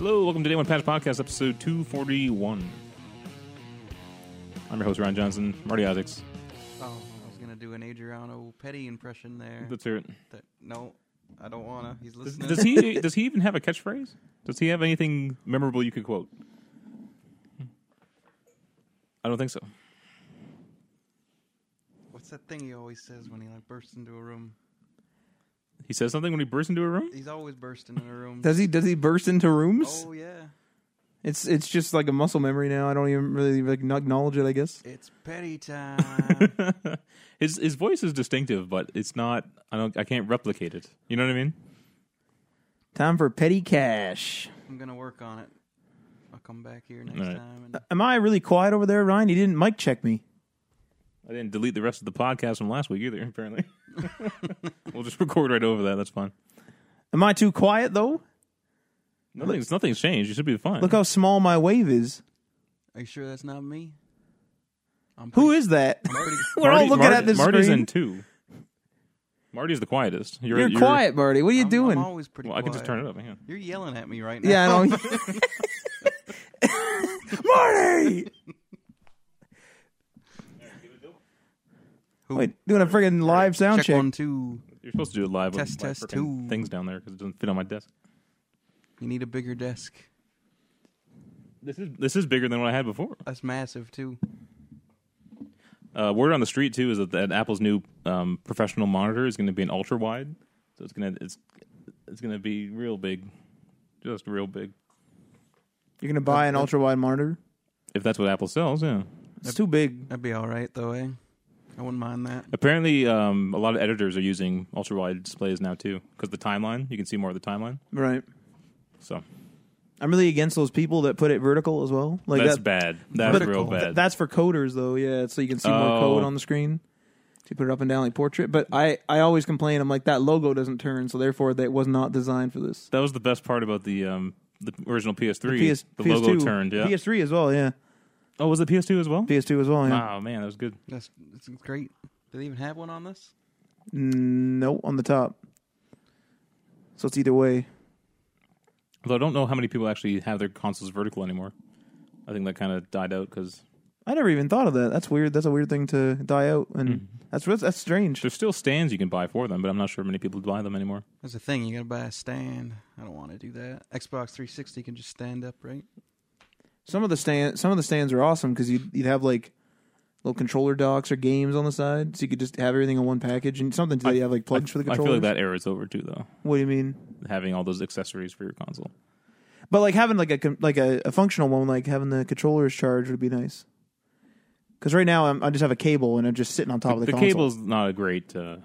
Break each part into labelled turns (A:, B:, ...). A: welcome to Day One Patch Podcast, episode 241. I'm your host, Ryan Johnson, Marty Isaacs.
B: Oh, I was gonna do an Adriano Petty impression there.
A: Let's hear it.
B: That- no, I don't wanna. He's
A: Does,
B: listening.
A: does he does he even have a catchphrase? Does he have anything memorable you could quote? I don't think so.
B: What's that thing he always says when he like bursts into a room?
A: He says something when he bursts into a room.
B: He's always bursting in a room.
C: Does he does he burst into rooms?
B: oh yeah,
C: It's it's just like a muscle memory now. I don't even really like, not acknowledge it. I guess
B: it's Petty time.
A: his his voice is distinctive, but it's not. I don't. I can't replicate it. You know what I mean?
C: time for petty cash.
B: I'm gonna work on it. I'll come back here next
A: Alright.
B: time. And
C: Am I really quiet over there, Ryan? You didn't mic check me.
A: I didn't delete the rest of the podcast from last week either. Apparently, we'll just record right over that. That's fine.
C: Am I too quiet though?
A: Nothing's nothing's changed. You should be fine.
C: Look how small my wave is.
B: are you sure that's not me? I'm
C: Who
B: pretty-
C: is that?
B: I'm pretty-
C: We're all looking at this
A: Marty's
C: screen.
A: in two. Marty's the quietest. You're,
C: You're, quiet, Marty. What are you
B: I'm-
C: doing?
B: I'm always pretty.
A: Well, I can just
B: quiet.
A: turn it up. Hang on.
B: You're yelling at me right now.
C: yeah, I don't. Marty.
B: Who-
C: Wait, doing a friggin' live sound
B: Check,
C: check.
B: one two.
A: You're supposed to do it live. with
B: Test,
A: my
B: test,
A: frickin'
B: two.
A: Things down there because it doesn't fit on my desk.
B: You need a bigger desk.
A: This is this is bigger than what I had before.
B: That's massive too.
A: Uh, word on the street too is that, that Apple's new um, professional monitor is going to be an ultra wide, so it's gonna it's it's gonna be real big, just real big.
C: You're gonna buy an ultra wide monitor.
A: If that's what Apple sells, yeah.
C: It's too big.
B: That'd be all right though, eh? I wouldn't mind that.
A: Apparently, um, a lot of editors are using ultra wide displays now too because the timeline you can see more of the timeline.
C: Right.
A: So
C: I'm really against those people that put it vertical as well. Like
A: that's
C: that,
A: bad. That's
C: Vertical.
A: real bad.
C: Th- that's for coders though, yeah. So you can see
A: Oh.
C: more code on the screen. So you put it up and down like portrait. But I, I always complain. I'm like that logo doesn't turn, so therefore that was not designed for this.
A: that was the best part about the um, the original PS3.
C: PS,
A: the
C: PS2,
A: logo turned. Yeah.
C: PS3 as well. Yeah.
A: oh, was it PS2 as well?
C: PS2 as well. Yeah.
A: Wow, man, that was good.
B: That's, that's great. Do they even have one on this?
C: Mm, no, on the top. So it's either way.
A: Although I don't know how many people actually have their consoles vertical anymore. I think that kind of died out because
C: I never even thought of that. That's weird. That's a weird thing to die out, and
A: Mm-hmm.
C: that's that's that's strange.
A: There's still stands you can buy for them, but I'm not sure many people buy them anymore.
B: That's the thing. You gotta buy a stand. I don't want to do that. Xbox 360 can just stand up, right?
C: Some of the stand some of the stands are awesome because you'd you'd have like little controller docks or games on the side, so you could just have everything in one package and something that you have like
A: I,
C: plugs for the
A: I feel
C: controller.
A: like that era is over too, though.
C: What do you mean?
A: Having all those accessories for your console.
C: But like having like a con- like a, a functional one, like having the controllers charged would be nice. Because right now I'm, I just have a cable and I'm just sitting on top of the,
A: the
C: console.
A: cable's not a great uh,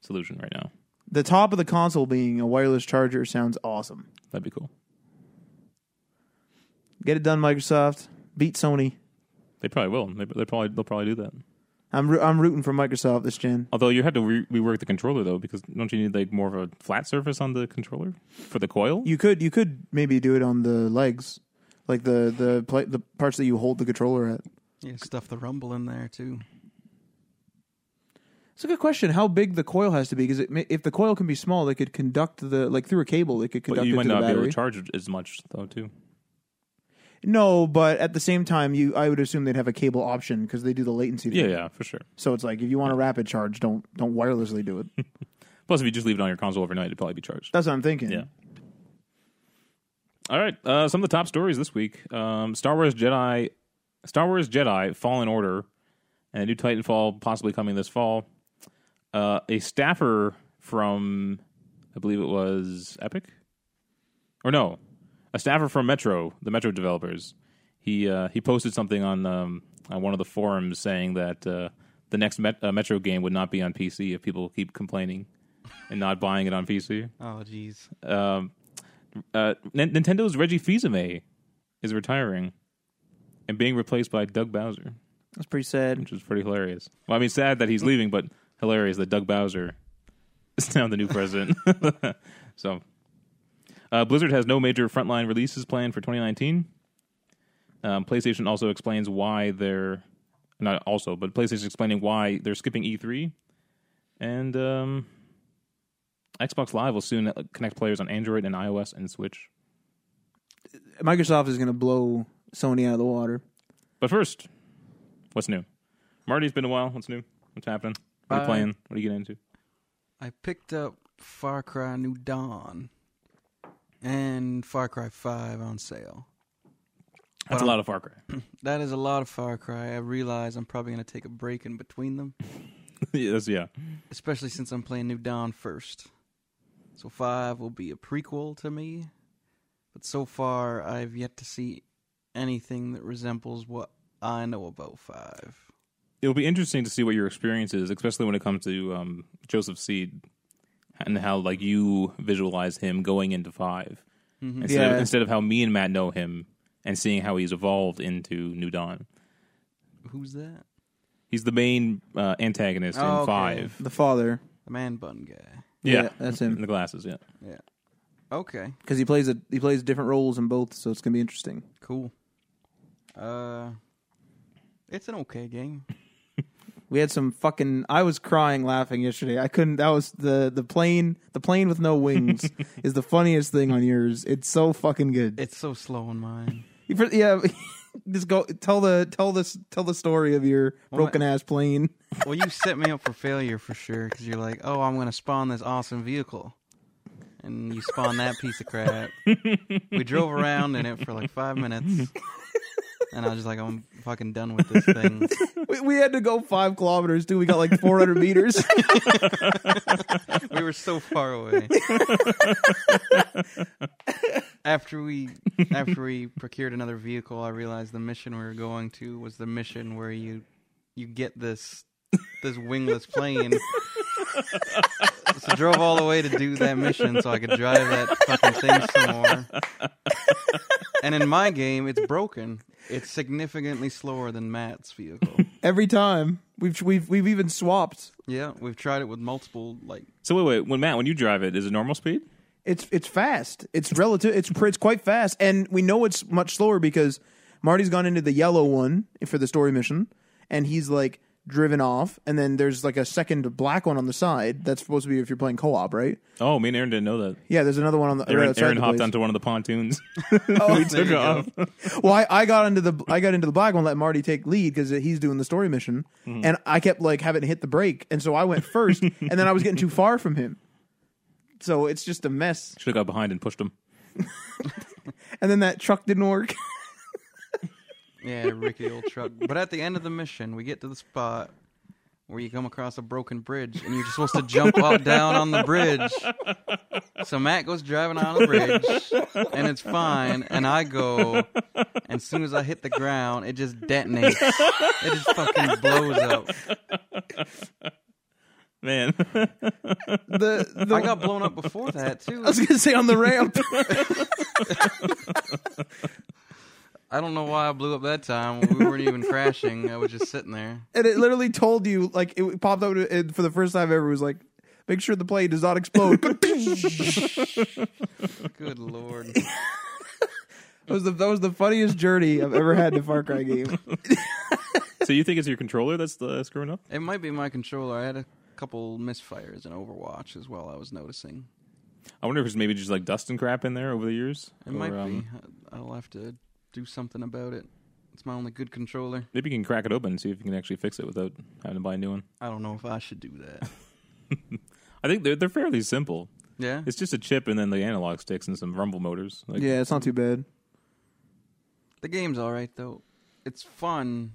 A: solution right now.
C: The top of the console being a wireless charger sounds awesome.
A: That'd be cool.
C: Get it done, Microsoft. Beat Sony.
A: They probably will. They, they probably they'll probably do that.
C: I'm roo- I'm rooting for Microsoft this gen.
A: Although you had to re- rework the controller though, because don't you need like more of a flat surface on the controller for the coil?
C: You could you could maybe do it on the legs, like the the pla the parts that you hold the controller at.
B: Yeah, stuff the rumble in there too.
C: It's a good question. How big the coil has to be? Because if the coil can be small, they could conduct the like through a cable. They could
A: but
C: conduct
A: you
C: it
A: might
C: to
A: not
C: the
A: be able
C: battery.
A: to charge it as much though too.
C: no, but at the same time, you I would assume they'd have a cable option because they do the latency.
A: Yeah,
C: thing.
A: yeah, for sure.
C: So it's like if you want a rapid charge, don't don't wirelessly do it.
A: Plus, if you just leave it on your console overnight, it'd probably be charged.
C: That's what I'm thinking.
A: Yeah. All right. Uh, some of the top stories this week: um, Star Wars Jedi, Star Wars Jedi Fallen Order, and a new Titanfall possibly coming this fall. Uh, a staffer from, I believe it was Epic, or no, a staffer from Metro, the Metro developers. He uh, he posted something on um, on one of the forums saying that uh, the next Met- uh, Metro game would not be on PC if people keep complaining and not buying it on PC
B: Oh, jeez.
A: um, uh, N- Nintendo's Reggie Fils-Aimé is retiring and being replaced by Doug Bowser,
C: That's pretty sad.
A: which is pretty hilarious. Well, I mean, sad that he's leaving, but hilarious that Doug Bowser is now the new president. so, uh, Blizzard has no major frontline releases planned for 2019. Um, PlayStation also explains why they're not also, but PlayStation explaining why they're skipping E3, and um, Xbox Live will soon connect players on Android and iOS and Switch.
C: Microsoft is going to blow Sony out of the water.
A: But first, what's new? Marty, it's been a while. What's new? What's happening? What are
B: Bye.
A: you playing? What are you getting into?
B: I picked up Far Cry New Dawn and Far Cry 5 on sale.
A: That's a lot of Far Cry.
B: That is a lot of Far Cry. I realize I'm probably going to take a break in between them,
A: yes, yeah.
B: especially since I'm playing New Dawn first. So 5 will be a prequel to me, but so far I've yet to see anything that resembles what I know about 5.
A: It'll be interesting to see what your experience is, especially when it comes to um, Joseph Seed and how like you visualize him going into 5 instead,
C: Mm-hmm. Yeah.
A: of, instead of how me and Matt know him and seeing how he's evolved into New Dawn.
B: Who's that?
A: He's the main uh, antagonist in
B: Oh, okay.
A: five.
C: The father,
B: The man bun guy.
A: Yeah.
C: Yeah, that's
A: In
C: him
A: the glasses, yeah.
B: Yeah. Okay.
C: because he plays a he plays different roles in both, so it's going to be interesting.
B: Cool. Uh, it's an okay game.
C: We had some fucking. I was crying laughing yesterday. I couldn't. That was the the plane. The plane with no wings is the funniest thing on yours. It's so fucking good.
B: It's so slow in mine.
C: You fir- yeah, just go tell the tell this tell the story of your broken ass plane.
B: well, you set me up for failure for sure because you're like, oh, I'm gonna spawn this awesome vehicle, and you spawn that piece of crap. we drove around in it for like five minutes, and I was just like, I'm fucking done with this thing.
C: We, we had to go five kilometers too. We got like four hundred meters.
B: we were so far away. after we after we procured another vehicle, I realized the mission we were going to was the mission where you you get this this wingless plane. so drove all the way to do that mission so I could drive that fucking thing some more. And in my game, it's broken. It's significantly slower than Matt's vehicle.
C: Every time we've we've we've even swapped.
B: Yeah, we've tried it with multiple like
A: So wait, wait. When Matt, when you drive it, is it normal speed?
C: It's it's fast. It's relative. It's pr- it's quite fast, and we know it's much slower because Marty's gone into the yellow one for the story mission, and he's like driven off, and then there's like a second black one on the side that's supposed to be if you're playing co-op, right?
A: Oh, me and Aaron didn't know that.
C: Yeah, there's another one on the right
A: Aaron,
C: outside
A: Aaron
C: the
A: hopped
C: place.
A: onto one of the pontoons.
B: oh,
A: took off.
C: Well, I, I got into the I got into the black one, let Marty take lead because he's doing the story mission,
A: Mm-hmm.
C: and I kept like having to hit the brake, and so I went first, and then I was getting too far from him, so it's just a mess.
A: Should have got behind and pushed him.
C: And then that truck didn't work.
B: Yeah, Ricky old truck. But at the end of the mission, we get to the spot where you come across a broken bridge, and you're just supposed to jump up down on the bridge. So Matt goes driving on the bridge, and it's fine. And I go, and as soon as I hit the ground, it just detonates. It just fucking blows up.
A: Man,
C: the, the
B: I got blown up before that too.
C: I was gonna say on the ramp.
B: I don't know why I blew up that time. We weren't even crashing. I was just sitting there.
C: and it literally told you like it popped up and for the first time ever it was like make sure the plane does not explode that
B: Good lord.
C: was the that was the funniest journey i've ever had in a far cry game
A: so you think it's your controller that's uh, screwing up?
B: It might be my controller. I had a couple misfires in Overwatch as well. I was noticing.
A: I wonder if it's maybe just like dust and crap in there over the years.
B: It
A: Or,
B: might
A: um,
B: be. I- I'll have to do something about it. It's my only good controller.
A: Maybe you can crack it open and see if you can actually fix it without having to buy a new one.
B: I don't know if I should do that.
A: I think they're they're fairly simple.
B: Yeah.
A: It's just a chip and then the analog sticks and some rumble motors. Like,
C: yeah it's not too bad
B: The game's all right though. It's fun,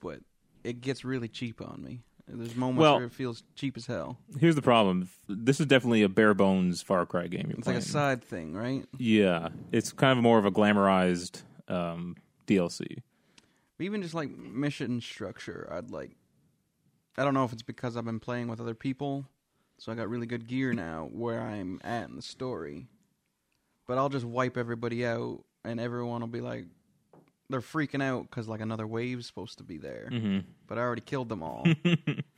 B: but it gets really cheap on me. There's moments
A: Well-
B: where it feels cheap as hell.
A: Here's the problem. This is definitely a bare bones Far Cry game. You're
B: It's
A: playing.
B: like a side thing, right?
A: Yeah, it's kind of more of a glamorized um, DLC.
B: Even just like mission structure, I'd like. I don't know if it's because I've been playing with other people, so I got really good gear now where I'm at in the story. But I'll just wipe everybody out, and everyone will be like, they're freaking out because like another wave's supposed to be there,
A: Mm-hmm.
B: but I already killed them all,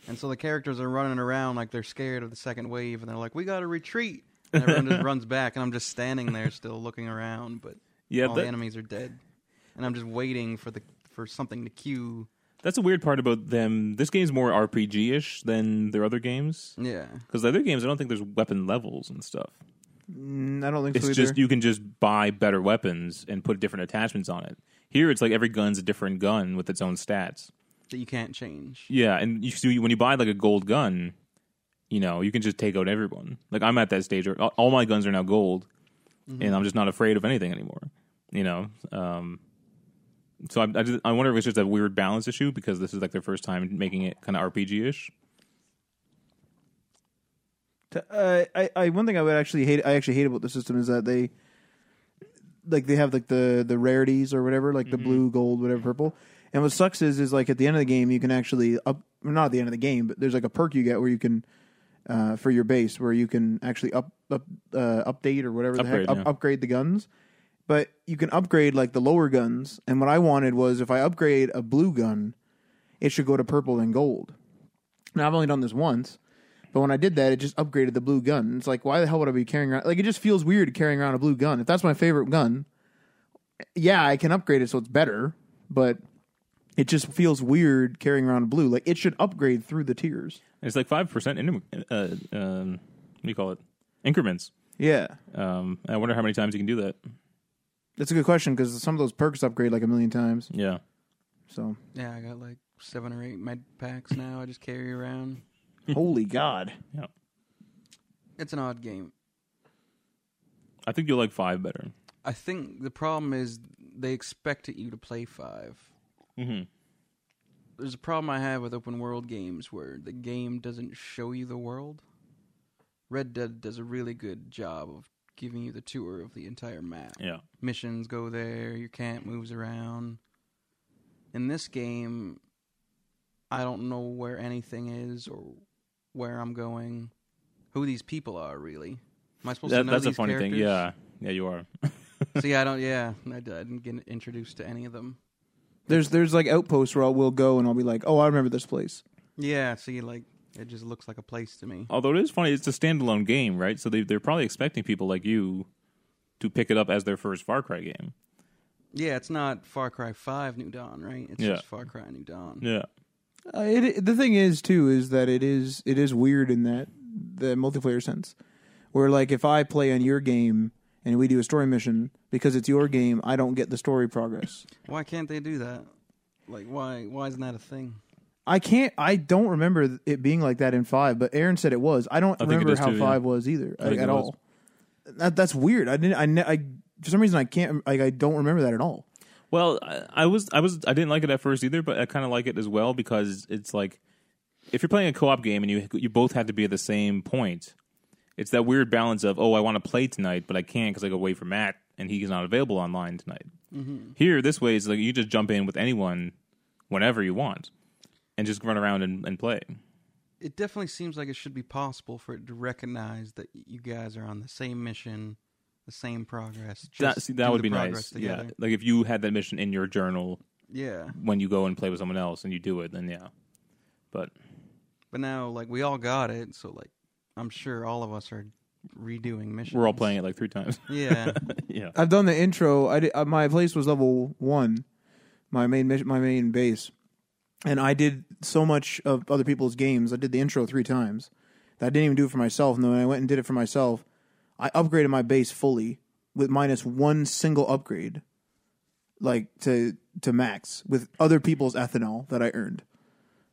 B: and so the characters are running around like they're scared of the second wave, and they're like, "We got to retreat." And everyone just runs back, and I'm just standing there still looking around, but
A: Yeah,
B: all
A: that-
B: the enemies are dead, and I'm just waiting for the for something to queue.
A: That's a weird part about them. This game's more RPG ish than their other games
B: Yeah,
A: because the other games I don't think there's weapon levels and stuff.
C: Mm, I don't think
A: It's
C: so either.
A: just you can just buy better weapons and put different attachments on it. Here, it's like every gun's a different gun with its own stats.
B: that you can't change.
A: Yeah, and you see when you buy like a gold gun, you know you can just take out everyone. Like I'm at that stage where all- all my guns are now gold, and I'm just not afraid of anything anymore. You know, um, so I I, just, I wonder if it's just a weird balance issue because this is like their first time making it kind of RPG ish.
C: To- uh, I, I one thing I would actually hate I actually hate about the system is that they like they have like the the rarities or whatever like
A: Mm-hmm.
C: the blue gold whatever purple and what sucks is is like at the end of the game you can actually up well, not at the end of the game but there's like a perk you get where you can uh, for your base where you can actually up up uh, update or whatever
A: Upgrade,
C: the heck
A: yeah.
C: up, upgrade the guns but you can upgrade like the lower guns and what I wanted was if I upgrade a blue gun it should go to purple and gold now I've only done this once, but when I did that, it just upgraded the blue gun. It's like, why the hell would I be carrying around? Like, it just feels weird carrying around a blue gun. If that's my favorite gun, yeah, I can upgrade it so it's better, but it just feels weird carrying around a blue. Like, it should upgrade through the tiers.
A: It's like five percent. Uh, um, what do you call it? Increments.
C: Yeah.
A: Um, I wonder how many times you can do that.
C: That's a good question because some of those perks upgrade like a million times.
A: Yeah.
C: So,
B: Yeah, I got like seven or eight med packs now. I just carry around.
C: holy God.
A: Yeah.
B: It's an odd game.
A: I think you'll like five better.
B: I think the problem is they expected you to play five.
A: Mhm.
B: There's a problem I have with open world games where the game doesn't show you the world. Red Dead does a really good job of giving you the tour of the entire map.
A: Yeah.
B: Missions go there, your camp moves around. In this game, I don't know where anything is or where I'm going, who these people are really. Am I supposed to
A: That,
B: know
A: that's a
B: these
A: funny thing.
B: characters?
A: Yeah. Yeah, you are.
B: So yeah, I don't. Yeah, I, d- I didn't get introduced to any of them.
C: There's there's like outposts where I will go and I'll be like, oh, I remember this place.
B: Yeah, see, like it just looks like a place to me.
A: Although it is funny, it's a standalone game, right? So they, they're probably expecting people like you to pick it up as their first Far Cry game.
B: Yeah, it's not Far Cry Five New Dawn, right? It's
A: Yeah.
B: just Far Cry New Dawn.
A: Yeah.
C: Uh, it the thing is too is that it is it is weird in that the multiplayer sense, where like if I play on your game and we do a story mission because it's your game, I don't get the story progress.
B: Why can't they do that? Like, why? Why isn't that a thing?
C: I can't. I don't remember it being like that in five, but Aaron said it was. I don't
A: think it
C: remember
A: is
C: how
A: too, yeah.
C: five was either like,
A: think
C: at
A: it was.
C: all. That, that's weird. I didn't. I, ne- I for some reason I can't. Like I don't remember that at all.
A: Well, I, I was I was I didn't like it at first either, but I kind of like it as well because it's like if you're playing a co-op game and you you both have to be at the same point, it's that weird balance of oh I want to play tonight but I can't because I go away for Matt and he's not available online tonight.
B: Mm-hmm.
A: Here this way it's like you just jump in with anyone whenever you want and just run around and, and play.
B: It definitely seems like it should be possible for it to recognize that you guys are on the same mission, the same progress.
A: That,
B: just
A: see, that
B: do
A: would
B: the
A: be nice.
B: progress Together.
A: Yeah, like if you had that mission in your journal
B: Yeah.
A: when you go and play with someone else and you do it, then yeah. But
B: But now, like, we all got it, so like, I'm sure all of us are redoing missions.
A: we're all playing it like three times.
B: Yeah.
A: yeah.
C: I've done the intro. I did, uh, my place was level one, my main mission, my main base, and I did so much of other people's games. I did the intro three times. That I didn't even do it for myself. And then when I went and did it for myself, I upgraded my base fully with minus one single upgrade, like to to max with other people's ethanol that I earned.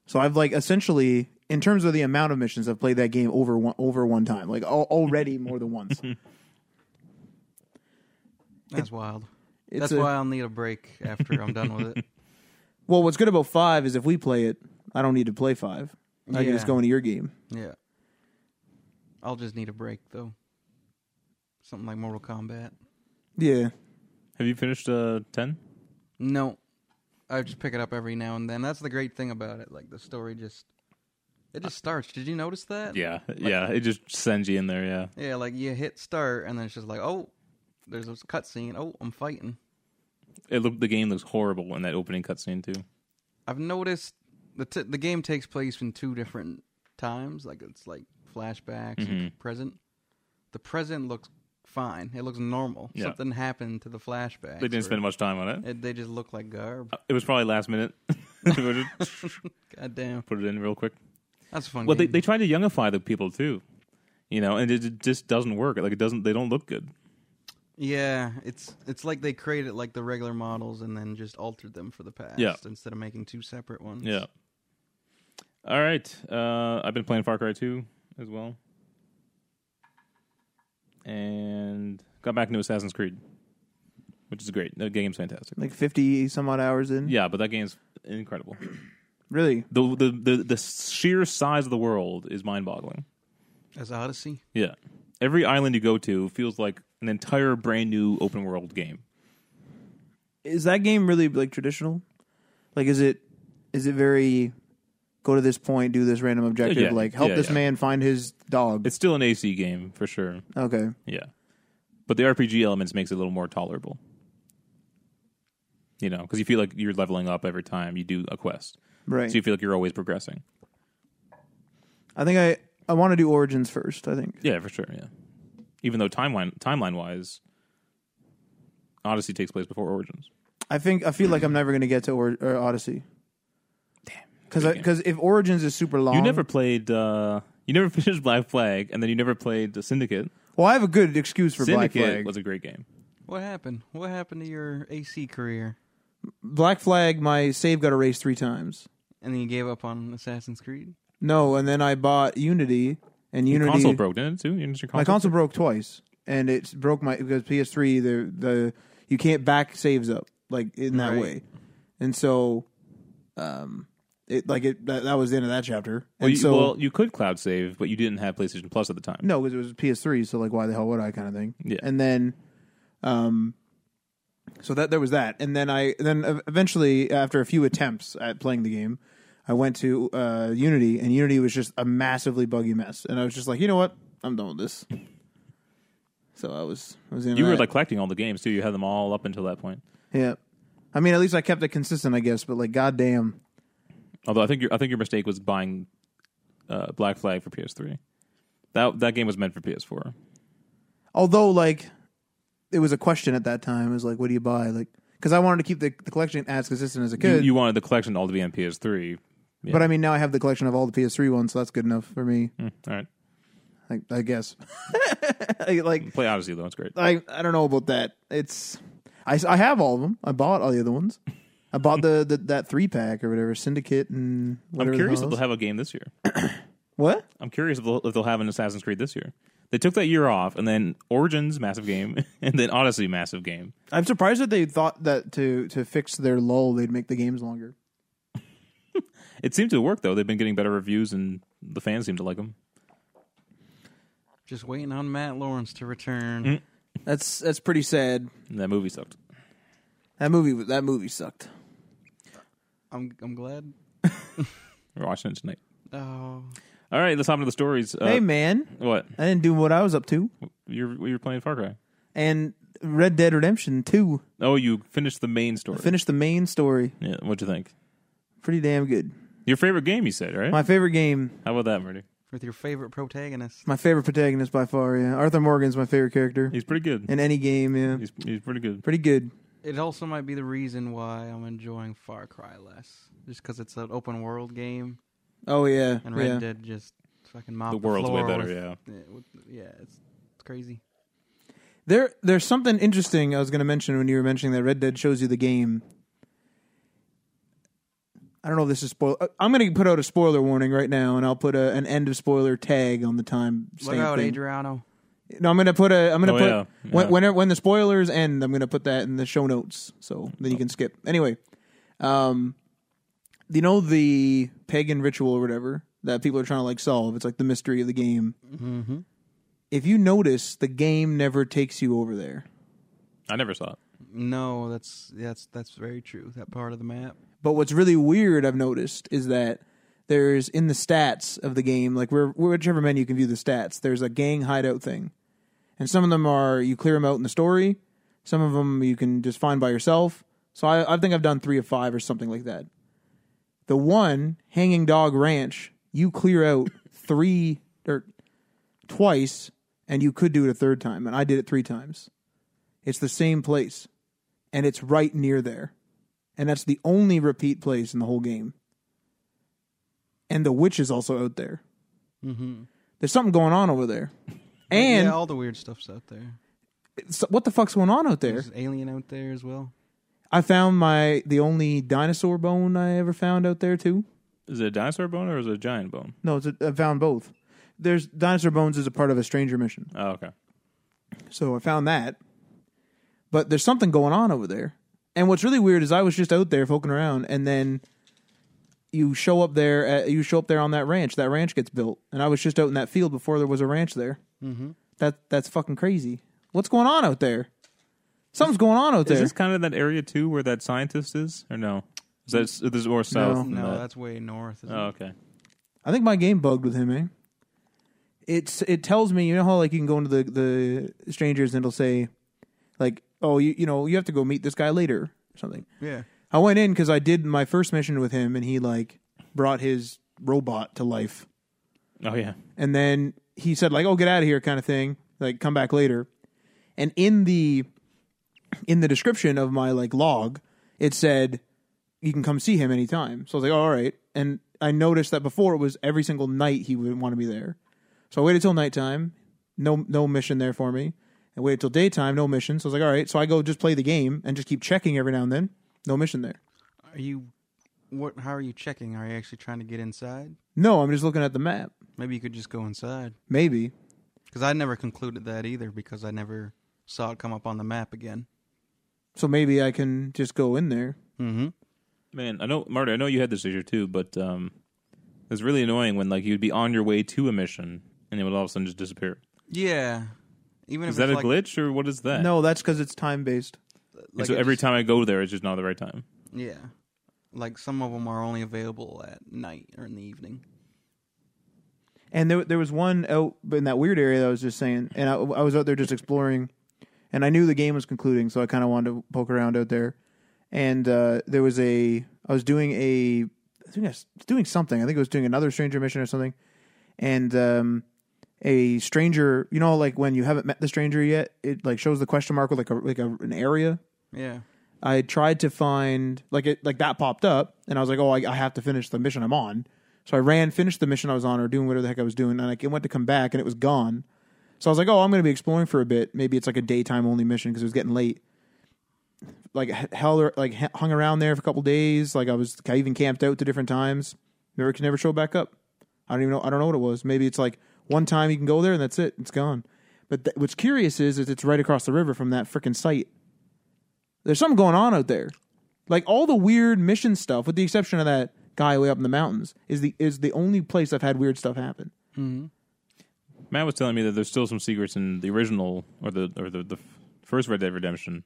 C: So I've like essentially, in terms of the amount of missions, I've played that game over one over one time, like al- already more than once.
B: That's wild.
C: It's
B: That's
C: a-
B: why I'll need a break after I'm done with it.
C: Well, what's good about five is if we play it, I don't need to play five. I can
B: Yeah.
C: just go into your game.
B: Yeah. I'll just need a break though. Something like Mortal Kombat.
C: Yeah,
A: Have you finished uh ten?
B: No. I just pick it up every now and then. That's the great thing about it. Like the story just it just starts. Did you notice that?
A: Yeah, yeah. It just sends you in there. Yeah,
B: Yeah, like you hit start and then it's just like, "Oh, there's a cutscene. Oh, I'm fighting."
A: it look, the game looks horrible in that opening cutscene too.
B: I've noticed the t- the game takes place in two different times. Like it's like flashbacks
A: Mm-hmm.
B: and present. The present looks fine. It looks normal.
A: Yeah.
B: Something happened to the flashbacks.
A: They didn't
B: or-
A: spend much time on it.
B: It, they just look like garb.
A: It was probably last minute. They just
B: God damn,
A: Put it in real quick.
B: that's a fun.
A: Well, they
B: game.
A: they tried to youngify the people too. you know, and it, it just doesn't work. Like it doesn't. They don't look good.
B: Yeah, it's it's like they created like the regular models and then just altered them for the past
A: Yeah.
B: instead of making two separate ones.
A: Yeah. All right. Uh, I've been playing Far Cry 2 as well. And got back into Assassin's Creed, which is great. That game's fantastic.
C: Like fifty some odd hours in.
A: Yeah, but that game's incredible.
C: Really?
A: The, the the the sheer size of the world is mind-boggling.
B: As Odyssey.
A: Yeah. Every island you go to feels like an entire brand new open world game.
C: Is that game really like traditional? Like is it is it very go to this point, do this random objective,
A: Yeah,
C: like help
A: yeah,
C: this
A: yeah.
C: man find his dog.
A: It's still an AC game for sure.
C: okay.
A: Yeah. But the RPG elements makes it a little more tolerable. You know, because you feel like you're leveling up every time you do a quest.
C: Right.
A: So you feel like you're always progressing.
C: I think I I want to do Origins first, I think.
A: Yeah, for sure. Yeah. Even though timeline timeline wise, Odyssey takes place before Origins.
C: I think I feel like I'm never going to get to or, or Odyssey. Damn.
A: game.
C: Because if Origins is super long,
A: You never played. uh You never finished Black Flag, and then you never played the Syndicate.
C: Well, I have a good excuse for Black
A: Syndicate
C: Flag.
A: was a great game.
B: What happened? What happened to your AC career?
C: Black Flag, my save got erased three times.
B: And then you gave up on Assassin's Creed?
C: No, and then I bought Unity, and
A: Your
C: Unity
A: console broke, didn't it? Too. Your console
C: My console broke twice, and it broke my because PS3 the the you can't back saves up like in that
B: Right.
C: way, and so, um, it like it that, that was the end of that chapter.
A: Well
C: and
A: you,
C: so
A: well, you could cloud save, but you didn't have PlayStation Plus at the time.
C: No, because it was PS3, so like, why the hell would I kind of thing?
A: Yeah.
C: And then, um, so that there was that, and then I then ev- eventually after a few attempts at playing the game, I went to uh, Unity, and Unity was just a massively buggy mess, and I was just like, you know what, I'm done with this. So I was I was in.
A: You were
C: that.
A: like collecting all the games too. You had them all up until that point.
C: yeah. I mean, at least I kept it consistent, I guess. But like, goddamn,
A: Although I think your I think your mistake was buying uh, Black Flag for PS3. That that game was meant for PS4.
C: although like, it was a question at that time. It was like, what do you buy? Like, because I wanted to keep the, the collection as consistent as I
A: You,
C: could.
A: you wanted the collection all to be on PS3. Yeah.
C: But I mean, now I have the collection of all the PS3 ones, so that's good enough for me.
A: Mm, all right,
C: I, I guess. I, like
A: play Odyssey though. It's great.
C: I, I don't know about that. It's I, s- I have all of them. I bought all the other ones. I bought the, the that three pack or whatever Syndicate and whatever.
A: I'm
C: the
A: curious if
C: hell
A: they'll
C: else.
A: have a game this year.
C: what?
A: I'm curious if they'll, if they'll have an Assassin's Creed this year. They took that year off, and then Origins massive game, and then Odyssey massive game.
C: I'm surprised that they thought that to to fix their lull, they'd make the games longer.
A: It seemed to work though. They've been getting better reviews, and the fans seem to like them.
B: Just waiting on Matt Lawrence to return.
A: Mm.
C: That's that's pretty sad.
A: And that movie sucked.
C: That movie that movie sucked.
B: I'm I'm glad.
A: We're watching it tonight.
B: Oh,
A: All right, let's hop into the stories. Uh,
C: hey man,
A: what
C: I didn't do what I was up to.
A: you're you're playing Far Cry?
C: And Red Dead Redemption Two
A: Oh, you finished the main story.
C: finished the main story.
A: yeah, what'd you think?
C: Pretty damn good.
A: Your favorite game, you said, right?
C: My favorite game
A: How about that, Murdy?
B: with your favorite protagonist.
C: My favorite protagonist by far, yeah. Arthur Morgan's my favorite character
A: He's pretty good.
C: in any game, yeah.
A: He's he's pretty good.
C: Pretty good.
B: It also might be the reason why I'm enjoying Far Cry less, just because it's an open world game
C: Oh yeah,
B: and Red
C: yeah.
B: Dead just fucking mop
A: The
B: the,
A: world's way
B: floor
A: better.
B: with-
A: Yeah.
B: yeah, with, yeah, it's, it's crazy.
C: There, there's something interesting I was going to mention when you were mentioning that Red Dead shows you the game. I don't know if this is spoil. uh, I'm going to put out a spoiler warning right now, and I'll put a, an end of spoiler tag on the time.
B: Look out,
C: thing.
B: Adriano.
C: No, I'm going to put a. I'm going
A: Oh,
C: to
A: yeah,
C: put when
A: yeah.
C: when when the spoilers end, I'm going to put that in the show notes, so
A: Oh.
C: then you can skip. Anyway, um, you know the pagan ritual or whatever that people are trying to like solve. It's like the mystery of the game.
B: Mm-hmm.
C: If you notice, the game never takes you over there,
A: I never saw it.
B: No, that's that's that's very true. That part of the map.
C: But what's really weird I've noticed is that there's in the stats of the game, like where whichever menu you can view the stats, there's a gang hideout thing. And some of them are you clear them out in the story, some of them you can just find by yourself. So I, I think I've done three of five or something like that. The one, Hanging Dog Ranch, you clear out three or twice, and you could do it a third time. And I did it three times. It's the same place, and it's right near there and that's the only repeat place in the whole game. And the witch is also out there.
B: Mm-hmm.
C: There's something going on over there. And
B: yeah, all the weird stuff's out there.
C: so- what the fuck's going on out there?
B: There's alien out there as well.
C: I found my the only dinosaur bone I ever found out there too.
A: Is it a dinosaur bone or is it a giant bone?
C: No, it's a, I found both. There's dinosaur bones is a part of a stranger mission,
A: Oh, okay.
C: so I found that. But there's something going on over there. And what's really weird is I was just out there poking around, and then you show up there. At, you show up there on that ranch. That ranch gets built, and I was just out in that field before there was a ranch there. Mm-hmm. That that's fucking crazy. What's going on out there? Something's going on out
A: Is
C: there.
A: this kind of that area too where that scientist is, or no? Is that is this or south?
C: No.
A: from
B: No,
A: Oh, that?
B: that's way north. Isn't
A: Oh,
B: it?
A: okay.
C: I think my game bugged with him, eh? It's it tells me, you know how like you can go into the the strangers and it'll say, like, oh, you you know you have to go meet this guy later or something.
B: Yeah.
C: I went in because I did my first mission with him and he like brought his robot to life,
A: Oh yeah.
C: and then he said like, oh, get out of here, kind of thing, like come back later, and in the in the description of my like log, it said you can come see him anytime. So I was like, oh, all right. And I noticed that before it was every single night he would want to be there. So I waited till nighttime, no no mission there for me. I waited till daytime, no mission. So I was like, all right. So I go just play the game and just keep checking every now and then. No mission there.
B: Are you? What? How are you checking? Are you actually trying to get inside?
C: No, I'm just looking at the map.
B: Maybe you could just go inside.
C: Maybe.
B: Because I never concluded that either. Because I never saw it come up on the map again.
C: So maybe I can just go in there.
B: Mm-hmm.
A: Man, I know, Marty. I know you had this issue too, but um, it's really annoying when like you'd be on your way to a mission and it would all of a sudden just disappear.
B: Yeah. Even
A: Is
B: if
A: that a
B: it's like,
A: glitch or what is that?
C: No, that's because it's time based.
A: And
B: like
A: so
B: it
A: every
B: just-
A: time I go there, it's just not the right time.
B: Yeah. Like some of them are only available at night or in the evening.
C: And there, there was one out in that weird area that I was just saying, and I, I was out there just exploring, and I knew the game was concluding, so I kind of wanted to poke around out there. And uh, there was a, I was doing a, I think I was doing something. I think I was doing another stranger mission or something, and um, a stranger, you know, like when you haven't met the stranger yet, it like shows the question mark with like a like a, an area.
B: Yeah.
C: I tried to find like it like that popped up, and I was like, oh, I, I have to finish the mission I'm on. So I ran, finished the mission I was on, or doing whatever the heck I was doing, and I it went to come back, and it was gone. So I was like, oh, I'm going to be exploring for a bit. Maybe it's like a daytime only mission because it was getting late. Like h- hell, like h- hung around there for a couple days. Like I was, I even camped out to different times. Never can never show back up. I don't even know. I don't know what it was. Maybe it's like one time you can go there and that's it. It's gone. But th- what's curious is, is it's right across the river from that freaking site there's something going on out there. Like all the weird mission stuff, with the exception of that guy way up in the mountains, is the is the only place I've had weird stuff happen.
A: Matt was telling me that there's still some secrets in the original or the or the, the first Red Dead Redemption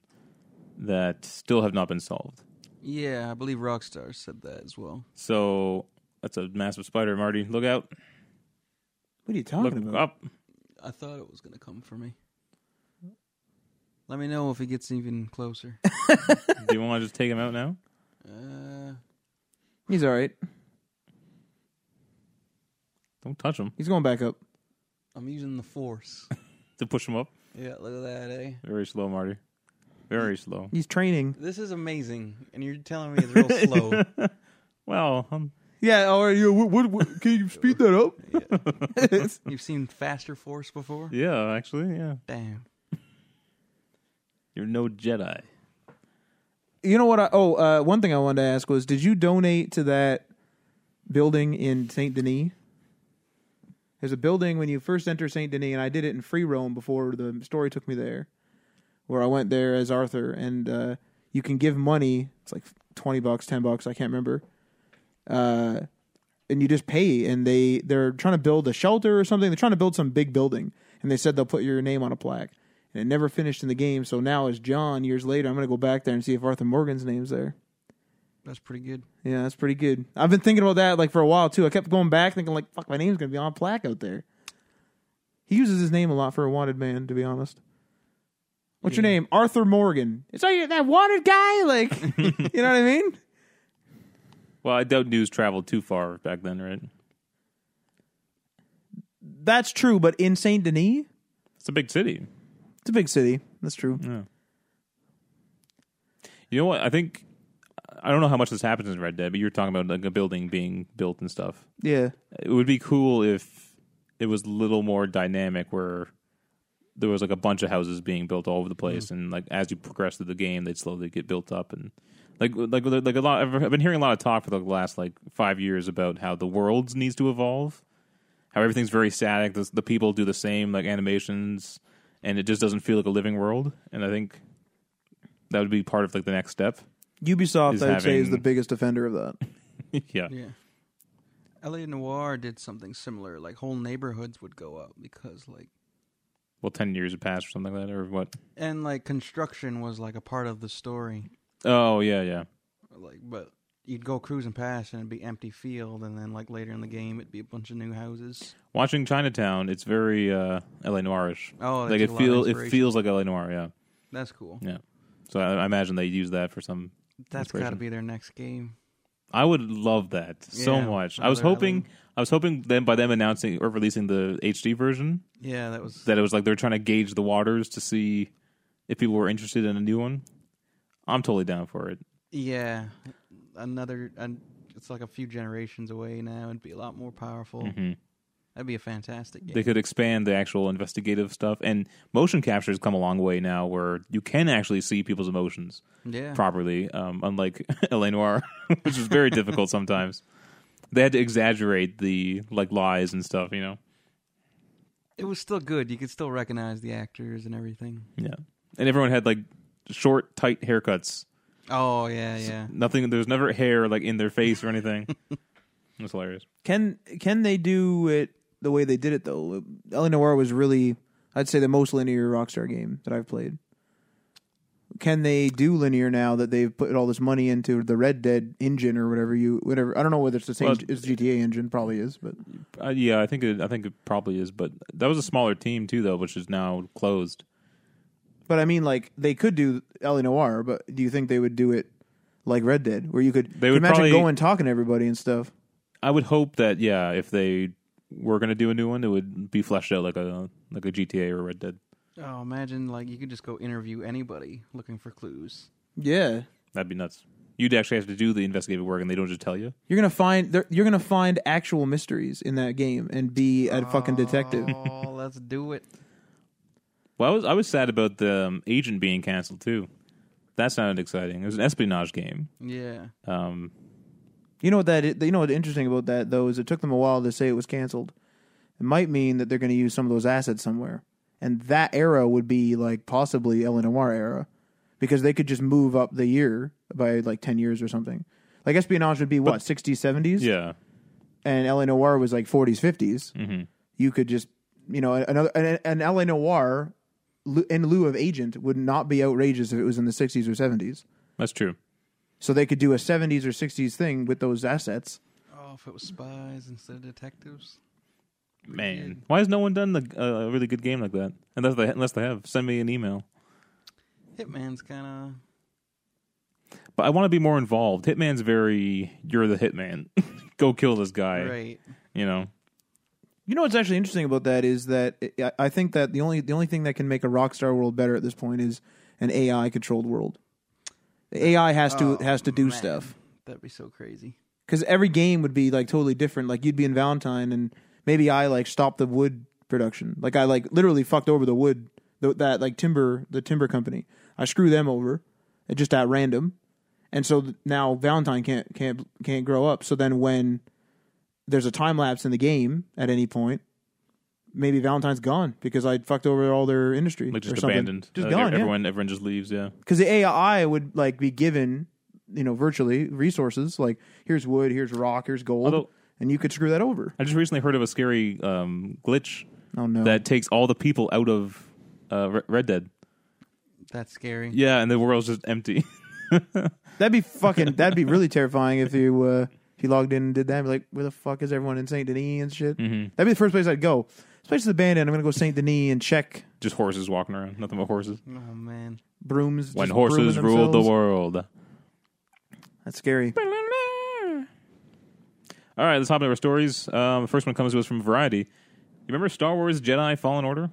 A: that still have not been solved.
B: Yeah, I believe Rockstar said that as well.
A: So that's a massive spider, Marty. Look out!
C: What are you
A: Look
C: talking about?
A: up!
B: I thought it was going to come for me. Let me know if it gets even closer.
A: Do you want to just take him out now?
B: uh,
C: He's all right.
A: Don't touch him
C: He's going back up.
B: I'm using the force.
A: to push him up.
B: yeah, look at that, eh?
A: Very slow, Marty. Very slow.
C: He's training.
B: This is amazing, and you're telling me it's real slow.
A: Well, um,
C: Yeah. All right. Yeah. What, what, can you speed that up?
B: You've seen faster force before?
A: yeah, actually, yeah.
B: Damn.
A: You're no Jedi.
C: you know what? I, oh, uh, one thing I wanted to ask was, did you donate to that building in Saint Denis? There's a building when you first enter Saint Denis, and I did it in free roam before the story took me there, where I went there as Arthur, and uh, you can give money. It's like twenty bucks, ten bucks, I can't remember. Uh, and you just pay, and they they're trying to build a shelter or something. They're trying to build some big building, and they said they'll put your name on a plaque. And it never finished in the game, so now as John, years later, I'm gonna go back there and see if Arthur Morgan's name's there.
B: That's pretty good.
C: Yeah, that's pretty good. I've been thinking about that like for a while too. I kept going back thinking like, fuck, my name's gonna be on a plaque out there. He uses his name a lot for a wanted man, to be honest. What's your name? Arthur Morgan. It's like that wanted guy, like you know what I mean?
A: Well, I doubt news traveled too far back then, right?
C: That's true, but in Saint Denis,
A: It's a big city.
C: it's a big city. That's true.
A: You know what? I think I don't know how much this happens in Red Dead, but you were talking about like a building being built and stuff.
C: Yeah.
A: It would be cool if it was a little more dynamic where there was like a bunch of houses being built all over the place and like as you progress through the game they'd slowly get built up and like like like a lot I've I've been hearing a lot of talk for the last like 5 years about how the worlds needs to evolve how everything's very static the, the people do the same like animations and it just doesn't feel like a living world and I think that would be part of like the next step
C: Ubisoft,
A: Is
C: I would say, is
A: having-
C: the biggest offender of that.
A: yeah
B: Yeah. LA Noir did something similar. Like whole neighborhoods would go up because like
A: well 10 years would pass or something like that or what
B: and like construction was like a part of the story.
A: oh yeah yeah
B: Like but you'd go cruising past and it'd be empty field and then like later in the game it'd be a bunch of new houses.
A: watching Chinatown, it's very uh, LA noirish.
B: Oh, they
A: like
B: took
A: it
B: a lot of
A: feels it
B: inspiration.
A: feels like LA noir. Yeah,
B: That's cool.
A: yeah. So I, I imagine they use that for some.
B: That's got to
A: Inspiration.
B: be their next game. I
A: I would love that so
B: Yeah,
A: much. I was
B: another
A: hoping.
B: LA.
A: I was hoping then by them announcing or releasing the HD version
B: Yeah, that was
A: that it was like they're trying to gauge the waters to see if people were interested in a new one. I'm totally down for it.
B: yeah, another and it's like a few generations away now. It'd be a lot more powerful.
A: Mhm.
B: That'd be a fantastic game.
A: They could expand the actual investigative stuff, and motion capture has come a long way now, where you can actually see people's emotions.
B: yeah.
A: properly, um, unlike L.A. Noir, which is very difficult sometimes. They had to exaggerate the like lies and stuff, you know.
B: it was still good. You could still recognize the actors and everything.
A: Yeah, and everyone had like short, tight haircuts.
B: Oh yeah, yeah.
A: Nothing. There's never hair like in their face or anything. It's hilarious.
C: Can can they do it the way they did it though? LA Noir was really, I'd say, the most linear Rockstar game that I've played. Can they do linear now that they've put all this money into the Red Dead engine or whatever you whatever? I don't know whether it's the same
A: Well,
C: as GTA engine, probably is, but
A: Uh, yeah, I think it, I think it probably is, but that was a smaller team too, though, which is now closed.
C: but I mean like they could do LA Noir, but do you think they would do it like Red Dead, where you could
A: They would
C: imagine
A: probably-
C: going talking to everybody and stuff?
A: I would hope that yeah, if they were going to do a new one, it would be fleshed out like a like a GTA or Red Dead.
B: Oh, imagine like you could just go interview anybody looking for clues.
C: Yeah,
A: That'd be nuts. You'd actually have to do the investigative work, and they don't just tell you.
C: You're gonna find there- you're gonna find actual mysteries in that game and be a fucking detective.
B: Oh, let's do it.
A: Well, I was I was sad about the um, agent being canceled too. That sounded exciting. It was an espionage game.
B: Yeah.
A: Um,
C: You know what that i- you know what's interesting about that though is it took them a while to say it was canceled. It might mean that they're gonna use some of those assets somewhere, and that era would be like possibly Eleanor era, because they could just move up the year by like ten years or something. Like espionage would be what sixties, seventies,
A: yeah,
C: and LA Noir was like 40s, 50s, you could just, you know, another an, an LA Noir lu- in lieu of agent would not be outrageous if it was in the 60s or 70s.
A: that's true.
C: So they could do a 70s or 60s thing with those assets.
B: Oh, if it was spies instead of detectives.
A: Man, why has no one done the, uh, a really good game like that? Unless they unless they have, send me an email.
B: Hitman's kind
A: But I want to be more involved. Hitman's very you're the hitman. Go kill this guy.
B: of right.
A: You know,
C: You know what's actually interesting about that is that I- I think that the only the only thing that can make a Rockstar world better at this point is an AI controlled world. The AI has to
B: Oh,
C: has to do
B: man.
C: stuff.
B: That'd be so crazy.
C: because every game would be like totally different. Like you'd be in Valentine, and maybe I like stopped the wood production. Like I like literally fucked over the wood the, that like timber the timber company. I screw them over, uh, just at random, and so th- now Valentine can't can't can't grow up. So then when there's a time lapse in the game at any point. Maybe Valentine's gone because I fucked over all their industry
A: like
C: or
A: just
C: something.
A: abandoned.
C: just
A: Uh,
C: gone. yeah
A: Everyone everyone just leaves. Yeah,
C: because the AI would like be given, you know, virtually resources like here's wood, here's rock, here's gold,
A: Although-
C: and you could screw that over.
A: I just recently heard of a scary um, glitch
C: Oh no,
A: that takes all the people out of uh, Re- Red Dead.
B: That's scary.
A: Yeah, and the world's just empty.
C: that'd be fucking. That'd be really terrifying if you uh, if you logged in and did that. And be like, where the fuck is everyone in Saint Denis and shit?
A: Mm-hmm.
C: That'd be the first place I'd go. Especially the band, and I'm gonna go Saint Denis and check
A: just horses walking around. Nothing but horses.
B: Oh man.
C: brooms.
A: when
C: just
A: horses
C: brooming
A: ruled the
C: themselves.
A: world.
C: That's scary.
A: All right, let's hop into our stories. Um, the first one comes to us from Variety. You remember Star Wars Jedi Fallen Order?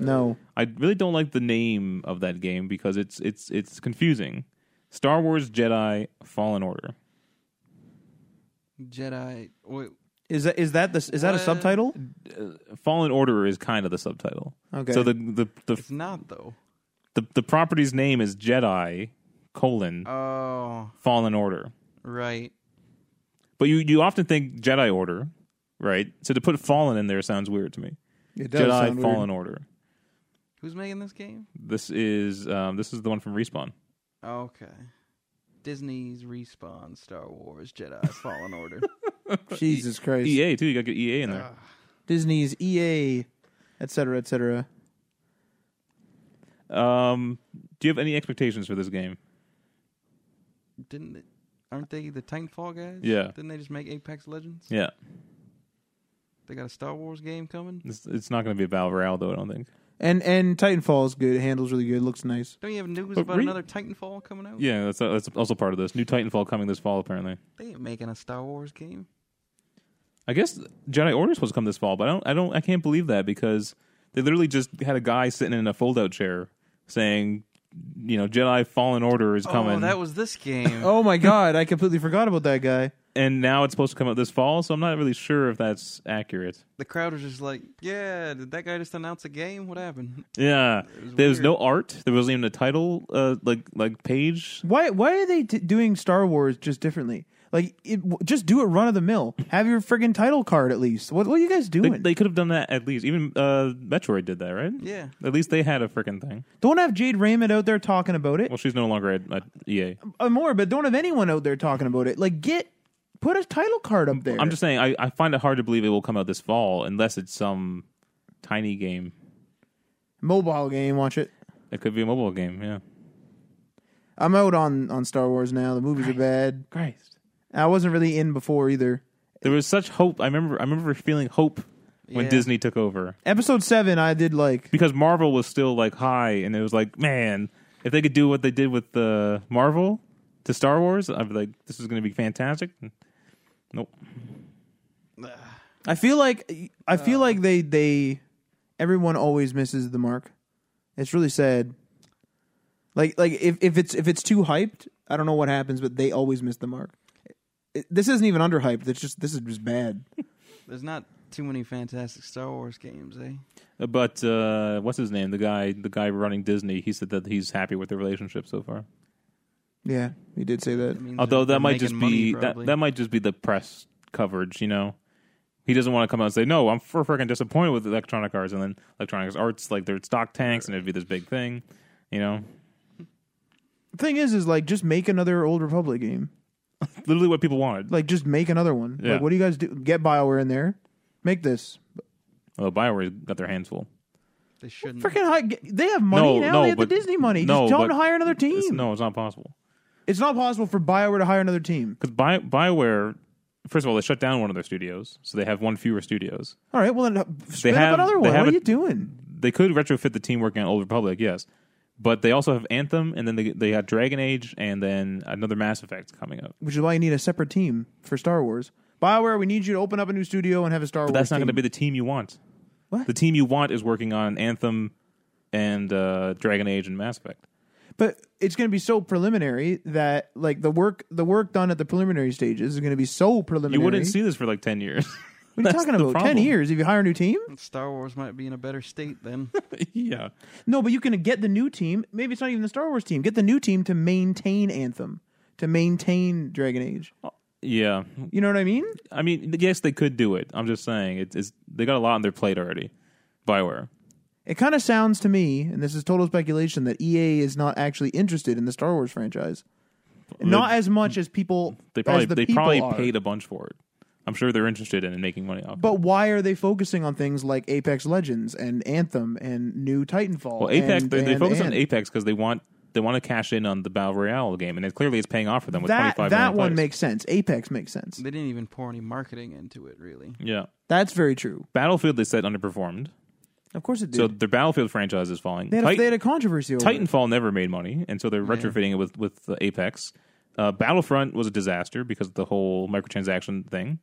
C: No,
A: I really don't like the name of that game because it's it's it's confusing. Star Wars Jedi Fallen Order.
B: Jedi. Wait,
C: Is that is that the is that a
B: What?
C: subtitle?
A: Fallen Order is kind of the subtitle.
C: Okay.
A: So the the the
B: It's not though.
A: the, the property's name is Jedi colon
B: Oh,
A: Fallen Order.
B: right.
A: But you you often think Jedi Order, right? So to put Fallen in there sounds weird to me.
C: It
A: Jedi Fallen Order.
B: Who's making this game?
A: This is um, this is the one from Respawn.
B: Okay. Disney's Respawn Star Wars Jedi Fallen Order.
C: Jesus Christ.
A: EA E too. You got to get EA in there.
B: Ugh.
C: Disney's EA, et cetera, et cetera.
A: Um, do you have any expectations for this game?
B: Didn't it, aren't they the Titanfall guys?
A: Yeah.
B: Didn't they just make Apex Legends?
A: Yeah,
B: They got a Star Wars game coming?
A: it's, it's not going to be a Battle Royale though. I don't think.
C: And and Titanfall is good. It handles really good. Looks nice.
B: Don't you have news
A: But
B: about
A: re-
B: another Titanfall coming out?
A: Yeah, that's that's also part of this. New Titanfall coming this fall apparently.
B: They ain't making a Star Wars game.
A: I guess Jedi Order's supposed to come this fall, but I don't I don't I can't believe that because they literally just had a guy sitting in a fold out chair saying, you know, Jedi Fallen Order is coming.
B: Oh, that was this game.
C: Oh my god, I completely forgot about that guy.
A: and now it's supposed to come out this fall, so I'm not really sure if that's accurate.
B: The crowd was just like, yeah, did that guy just announce a game? What happened?
A: Yeah.
B: was
A: there was
B: weird.
A: no art. There wasn't even a title uh, like like page.
C: Why why are they t- doing Star Wars just differently? Like it, w- just do it run of the mill. Have your friggin' title card at least. What what are you guys
A: They,
C: doing?
A: they could have done that at least. Even uh, Metroid did that, right?
B: Yeah.
A: At least they had a freaking thing.
C: don't have Jade Raymond out there talking about it.
A: Well, she's no longer at, E at EA.
C: Uh, more, but don't have anyone out there talking about it. Like get put a title card up there.
A: I'm just saying, I, I find it hard to believe it will come out this fall unless it's some tiny game.
C: mobile game. Watch it.
A: It could be a mobile game, yeah.
C: I'm out on on Star Wars now. The movies are bad.
A: Christ.
C: I wasn't really in before either.
A: There was such hope. I remember I remember feeling hope when
B: Yeah.
A: Disney took over.
C: Episode seven, I did like
A: Because Marvel was still like high and it was like, man, if they could do what they did with uh, Marvel to Star Wars, I'd be like, this is gonna be fantastic. Nope.
C: I feel like I feel like they they everyone always misses the mark. It's really sad. Like like if, if it's if it's too hyped, I don't know what happens, but they always miss the mark. It- this isn't even underhyped. It's just this is just bad.
B: There's not too many fantastic Star Wars games, eh?
A: Uh, But uh, what's his name? The guy the guy running Disney, he said that he's happy with their relationship so far.
C: Yeah, he did say that.
B: That means
A: Although
B: they're
A: that might
B: making
A: just
B: money,
A: be that,
B: probably.
A: that might just be the press coverage, you know. He doesn't want to come out and say, "No, I'm for freaking disappointed with Electronic Arts," and then Electronic Arts like their stock tanks, and it'd be this big thing, you know.
C: Thing is, is like just make another Old Republic game.
A: Literally what people wanted.
C: Like just make another one.
A: Yeah.
C: Like what do you guys do? Get Bioware in there. Make this
A: Well, Bioware got their hands full.
B: they shouldn't.
C: freaking high. They have money
A: No,
C: now.
A: no,
C: they have
A: but-
C: the Disney money.
A: no,
C: just tell them
A: but
C: to hire another team.
A: It's, no, it's not possible
C: it's not possible for Bioware to hire another team.
A: because Bio- Bioware. First of all, they shut down one of their studios, so they have one fewer studios.
C: All right, well then uh, spin
A: have-
C: up another
A: they
C: one.
A: have
C: What are
A: a-
C: you doing?
A: They could retrofit the team working on Old Republic, yes, but they also have Anthem, and then they they got Dragon Age, and then another Mass Effect coming up.
C: Which is why you need a separate team for Star Wars. Bioware, we need you to open up a new studio and have a Star Wars.
A: That's not going to be the team you want.
C: What?
A: The team you want is working on Anthem and uh, Dragon Age and Mass Effect.
C: But it's going to be so preliminary that like the work the work done at the preliminary stages is going to be so preliminary.
A: You wouldn't see this for like 10 years.
C: What are you
A: That's
C: talking
A: the
C: about? Ten
A: problem.
C: years if you hire a new team?
B: Star Wars might be in a better state then.
A: yeah.
C: No, but you can get the new team. Maybe it's not even the Star Wars team. Get the new team to maintain Anthem, to maintain Dragon Age.
A: Yeah.
C: You know what I mean?
A: I mean, yes, they could do it. I'm just saying it, it's they got a lot on their plate already. Bioware.
C: It kind of sounds to me, and this is total speculation, that EA is not actually interested in the Star Wars franchise. Not as much as people.
A: They probably
C: as the
A: they
C: people
A: probably
C: are.
A: paid a bunch for it. I'm sure they're interested in making money off. it.
C: But why are they focusing on things like Apex Legends and Anthem and New Titanfall?
A: well, Apex
C: and-
A: they, they
C: and-
A: focus on
C: and-
A: Apex because they want they want to cash in on the battle royale game, and it clearly it's paying off for them with
C: That
A: 25
C: that
A: million
C: one
A: players.
C: makes sense. Apex makes sense.
B: they didn't even pour any marketing into it, really.
A: yeah.
C: That's very true.
A: Battlefield they said underperformed,
C: Of course it did.
A: so their Battlefield franchise is falling.
C: they, had a,
A: Titan-
C: they had a controversy over it.
A: Titanfall never made money, and so they're retrofitting it with with uh, Apex. Uh, Battlefront was a disaster because of the whole microtransaction thing.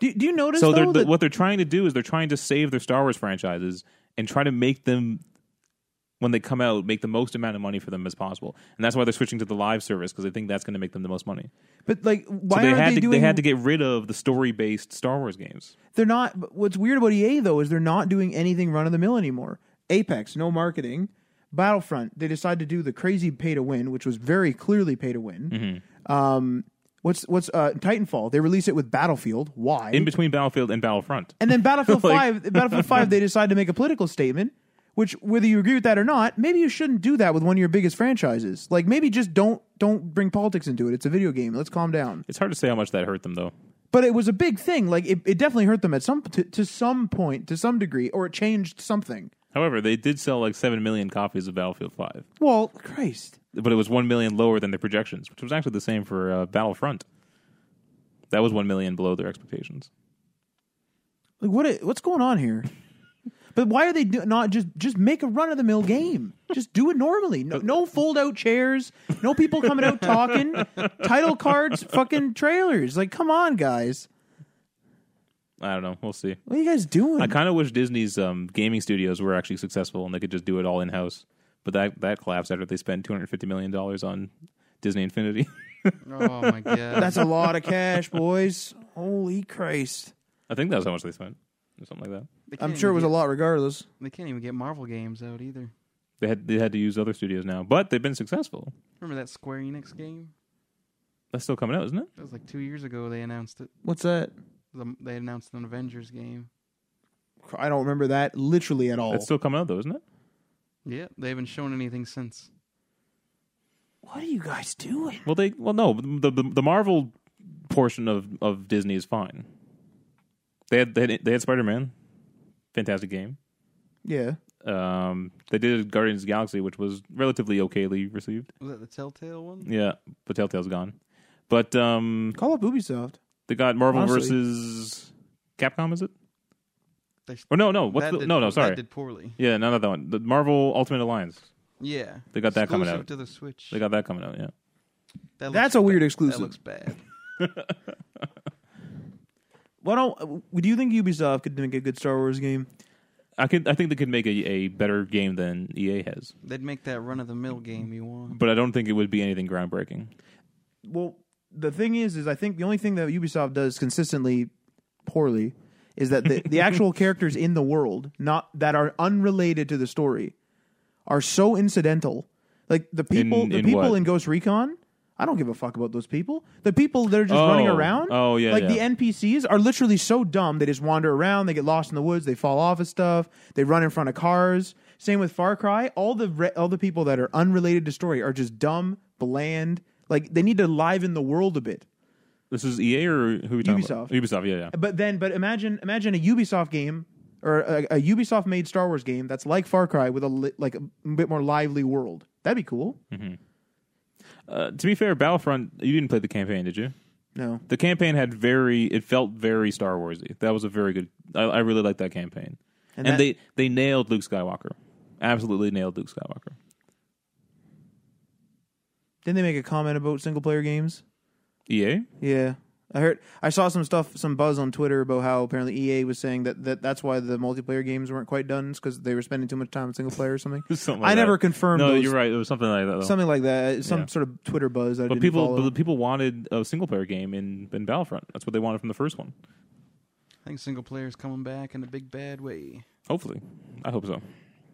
C: Do, do you notice
A: So they're,
C: though,
A: th-
C: that-
A: what they're trying to do is they're trying to save their Star Wars franchises and try to make them when they come out make the most amount of money for them as possible, and that's why they're switching to the live service because they think that's going to make them the most money.
C: But like, why
A: So they
C: aren't
A: had
C: they
A: to
C: doing?
A: they had to get rid of the story based Star Wars games.
C: They're not. but What's weird about EA though is they're not doing anything run of the mill anymore. Apex, no marketing. Battlefront, they decide to do the crazy pay to win, which was very clearly pay to win. Um,
A: Mm-hmm.
C: what's what's uh, Titanfall? They release it with Battlefield. Why?
A: In between Battlefield and Battlefront,
C: And then Battlefield
A: Like-
C: Five, Battlefield Five, they decide to make a political statement, which whether you agree with that or not, maybe you shouldn't do that with one of your biggest franchises. Like maybe just don't don't bring politics into it. It's a video game. Let's calm down.
A: it's hard to say how much that hurt them though.
C: But it was a big thing. Like it, it definitely hurt them at some to, to some point, to some degree, or it changed something.
A: However, they did sell like seven million copies of Battlefield Five,
C: Well, Christ,
A: but it was one million lower than their projections, which was actually the same for uh, Battlefront. That was one million below their expectations.
C: like what i- what's going on here? But why are they do, not just just make a run of the mill game? Just do it normally. No, no fold out chairs. No people coming out talking. Title cards. Fucking trailers. Like, come on, guys.
A: I don't know. We'll see.
C: What are you guys doing?
A: I kind of wish Disney's um, gaming studios were actually successful and they could just do it all in house. But that that collapsed after they spent two hundred fifty million dollars on Disney Infinity.
B: Oh my god.
C: That's a lot of cash, boys. Holy Christ!
A: I think that was how much they spent, or something like that.
B: They can't
C: I'm sure it
B: even
C: was
B: get-
C: a lot, regardless.
B: They can't even get Marvel games out either.
A: They had they had to use other studios now, but they've been successful.
B: Remember that Square Enix game?
A: That's still coming out, isn't it?
B: That was like two years ago. They announced it.
C: What's that?
B: The- They announced an Avengers game.
C: I don't remember that literally at all.
A: That's still coming out though, isn't it?
B: Yeah, they haven't shown anything since.
C: what are you guys doing?
A: Well, they well no the the, the Marvel portion of, of Disney is fine. They had they had, they had Spider Man, fantastic game.
C: Yeah,
A: Um, they did Guardians of the Galaxy, which was relatively okayly received.
B: Was that the Telltale one?
A: Yeah, but Telltale's gone. But um,
C: call up Ubisoft.
A: They got Marvel
C: Honestly.
A: versus Capcom, is it?
B: They-
A: Or no, no. What's
B: That
A: the,
B: did-
A: no, no?
B: that
A: Sorry.
B: did poorly.
A: Yeah, no, not that one. The Marvel Ultimate Alliance.
B: Yeah,
A: They got that coming
B: Exclusive
A: out.
B: to the Switch.
A: They got that coming out. Yeah.
B: That looks
C: That's a weird
B: ba-
C: exclusive.
B: That looks bad.
C: Why don't? uh, Do you think Ubisoft could make a good Star Wars game?
A: I could. I think they could make a, a better game than EA has,
B: They'd make that run of the mill game you want.
A: but I don't think it would be anything groundbreaking.
C: Well, the thing is, is I think the only thing that Ubisoft does consistently poorly is that the, the actual characters in the world, not that are unrelated to the story, are so incidental. Like the people,
A: In-
C: the
A: in
C: people
A: what?
C: in Ghost Recon. I don't give a fuck about those people. The people that are just
A: Oh.
C: running around.
A: Oh, yeah,
C: Like
A: yeah.
C: the NPCs are literally so dumb. They just wander around. They get lost in the woods. They fall off of stuff. They run in front of cars. Same with Far Cry. All the re- all the people that are unrelated to story are just dumb, bland. Like they need to liven the world a bit.
A: This is EA or who are we talking about?
C: Ubisoft.
A: Ubisoft. Yeah, yeah.
C: But then, but imagine imagine a Ubisoft game or a, a Ubisoft made Star Wars game that's like Far Cry with a li- like a bit more lively world. That'd be cool.
A: Uh, to be fair, Battlefront. You didn't play the campaign, did you?
C: No,
A: The campaign had very. It felt very Star Warsy. That was a very good. I, I really liked that campaign. And,
C: And that-
A: they they nailed Luke Skywalker. Absolutely nailed Luke Skywalker.
C: didn't they make a comment about single player games?
A: EA.
C: Yeah. I heard I saw some stuff some buzz on Twitter about how apparently EA was saying that, that that's why the multiplayer games weren't quite done cuz they were spending too much time on single player or something.
A: Something
C: I
A: like
C: never
A: that.
C: confirmed
A: No,
C: those-
A: you're right. It was something like that. Though.
C: something like that, some
A: Yeah.
C: sort of Twitter buzz that I
A: but
C: didn't
A: people,
C: follow.
A: but people wanted a single player game in, in Battlefront. That's what they wanted from the first one.
B: I think single player's coming back in a big bad way.
A: Hopefully, I hope so.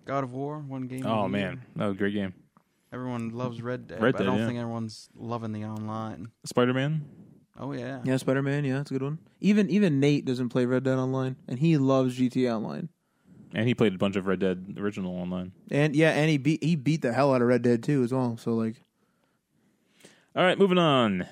B: God of War, one game.
A: Oh
C: Mm-hmm.
B: of the year.
A: man, that was a great game.
B: everyone loves Red Dead.
A: Red
B: but
A: Dead,
B: I don't
A: yeah.
B: think everyone's loving the online.
A: Spider Man.
B: Oh yeah,
C: yeah, Spider-Man, yeah, that's a good one. Even even Nate doesn't play Red Dead Online and he loves GTA Online.
A: And he played a bunch of Red Dead Original online.
C: And yeah, and he beat he beat the hell out of Red Dead too as well. So like
A: All right, moving on.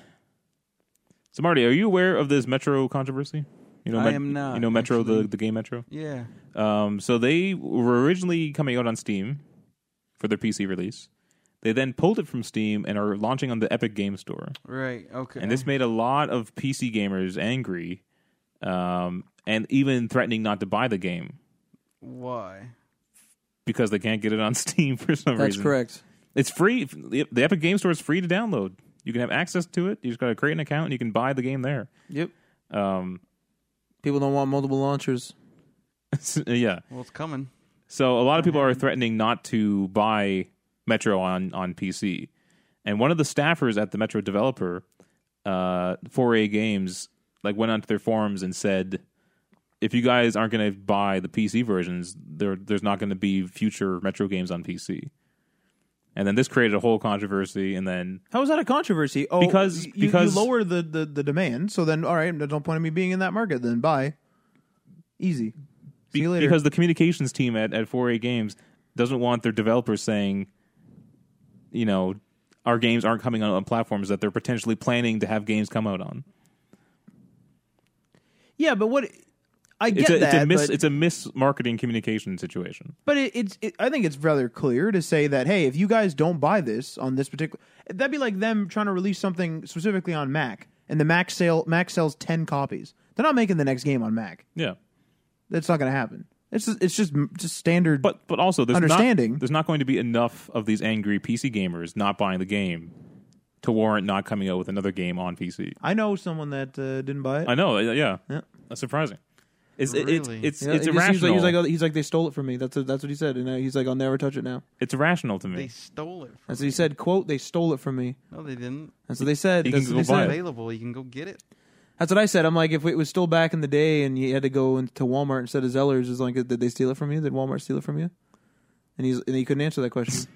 A: So Marty, are you aware of this Metro controversy? You know,
B: I am not,
A: You know, Metro the
B: actually.
A: the game Metro.
B: yeah.
A: Um, so they were originally coming out on Steam for their PC release. They then pulled it from Steam and are launching on the Epic Game Store.
B: Right. Okay.
A: and this made a lot of PC gamers angry, um, and even threatening not to buy the game
B: why?
A: because they can't get it on Steam for some
C: that's
A: reason.
C: correct.
A: It's free. The the Epic Game Store is free to download. You can have access to it. You just got to create an account and you can buy the game there.
C: Yep.
A: Um,
C: People don't want multiple launchers.
A: yeah.
B: Well, it's coming.
A: So a lot of people are threatening not to buy Metro on on PC, and one of the staffers at the Metro developer, uh, 4A Games, like went onto their forums and said, if you guys aren't going to buy the PC versions, there there's not going to be future Metro games on PC. And then this created a whole controversy, and then
C: How is that a controversy? Oh,
A: Because-
C: you,
A: because-
C: you lower the, the the demand, so then all right, there's no point in me being in that market. Then bye, easy. See you later.
A: because the communications team at, at 4A Games doesn't want their developers saying, you know, our games aren't coming out on platforms that they're potentially planning to have games come out on.
C: yeah, but what I get
A: It's a,
C: that,
A: it's a mis
C: but,
A: it's a mismarketing communication situation.
C: but it, it's it, I think it's rather clear to say that hey, if you guys don't buy this on this particular, that'd be like them trying to release something specifically on Mac, and the Mac sale Mac sells ten copies. They're not making the next game on Mac.
A: Yeah.
C: That's not going to happen. It's just, it's just just standard.
A: But but also there's
C: Understanding.
A: Not, there's not going to be enough of these angry PC gamers not buying the game to warrant not coming out with another game on PC.
C: I know someone that uh, didn't buy it.
A: I know, uh, yeah.
C: Yeah.
A: That's surprising. It's it's
B: Really?
A: it's,
C: Yeah,
A: it's
C: he just- he's like-
A: irrational.
C: He's like, oh, he's like, they stole it from me. That's that's what he said, and uh, he's like, I'll never touch it now.
A: it's irrational to
B: They
A: me.
B: stole it. From
C: That's what he said. "Quote, they stole it from me."
B: No, they didn't.
C: That's what they said.
A: You
C: That's
A: can
C: what, they
A: go buy
C: said.
A: it.
B: Available. You can go get it.
C: That's what I said. I'm like, if it was still back in the day, and you had to go into Walmart instead of Zellers, is like, did they steal it from you? Did Walmart steal it from you? And he's and he couldn't answer that question.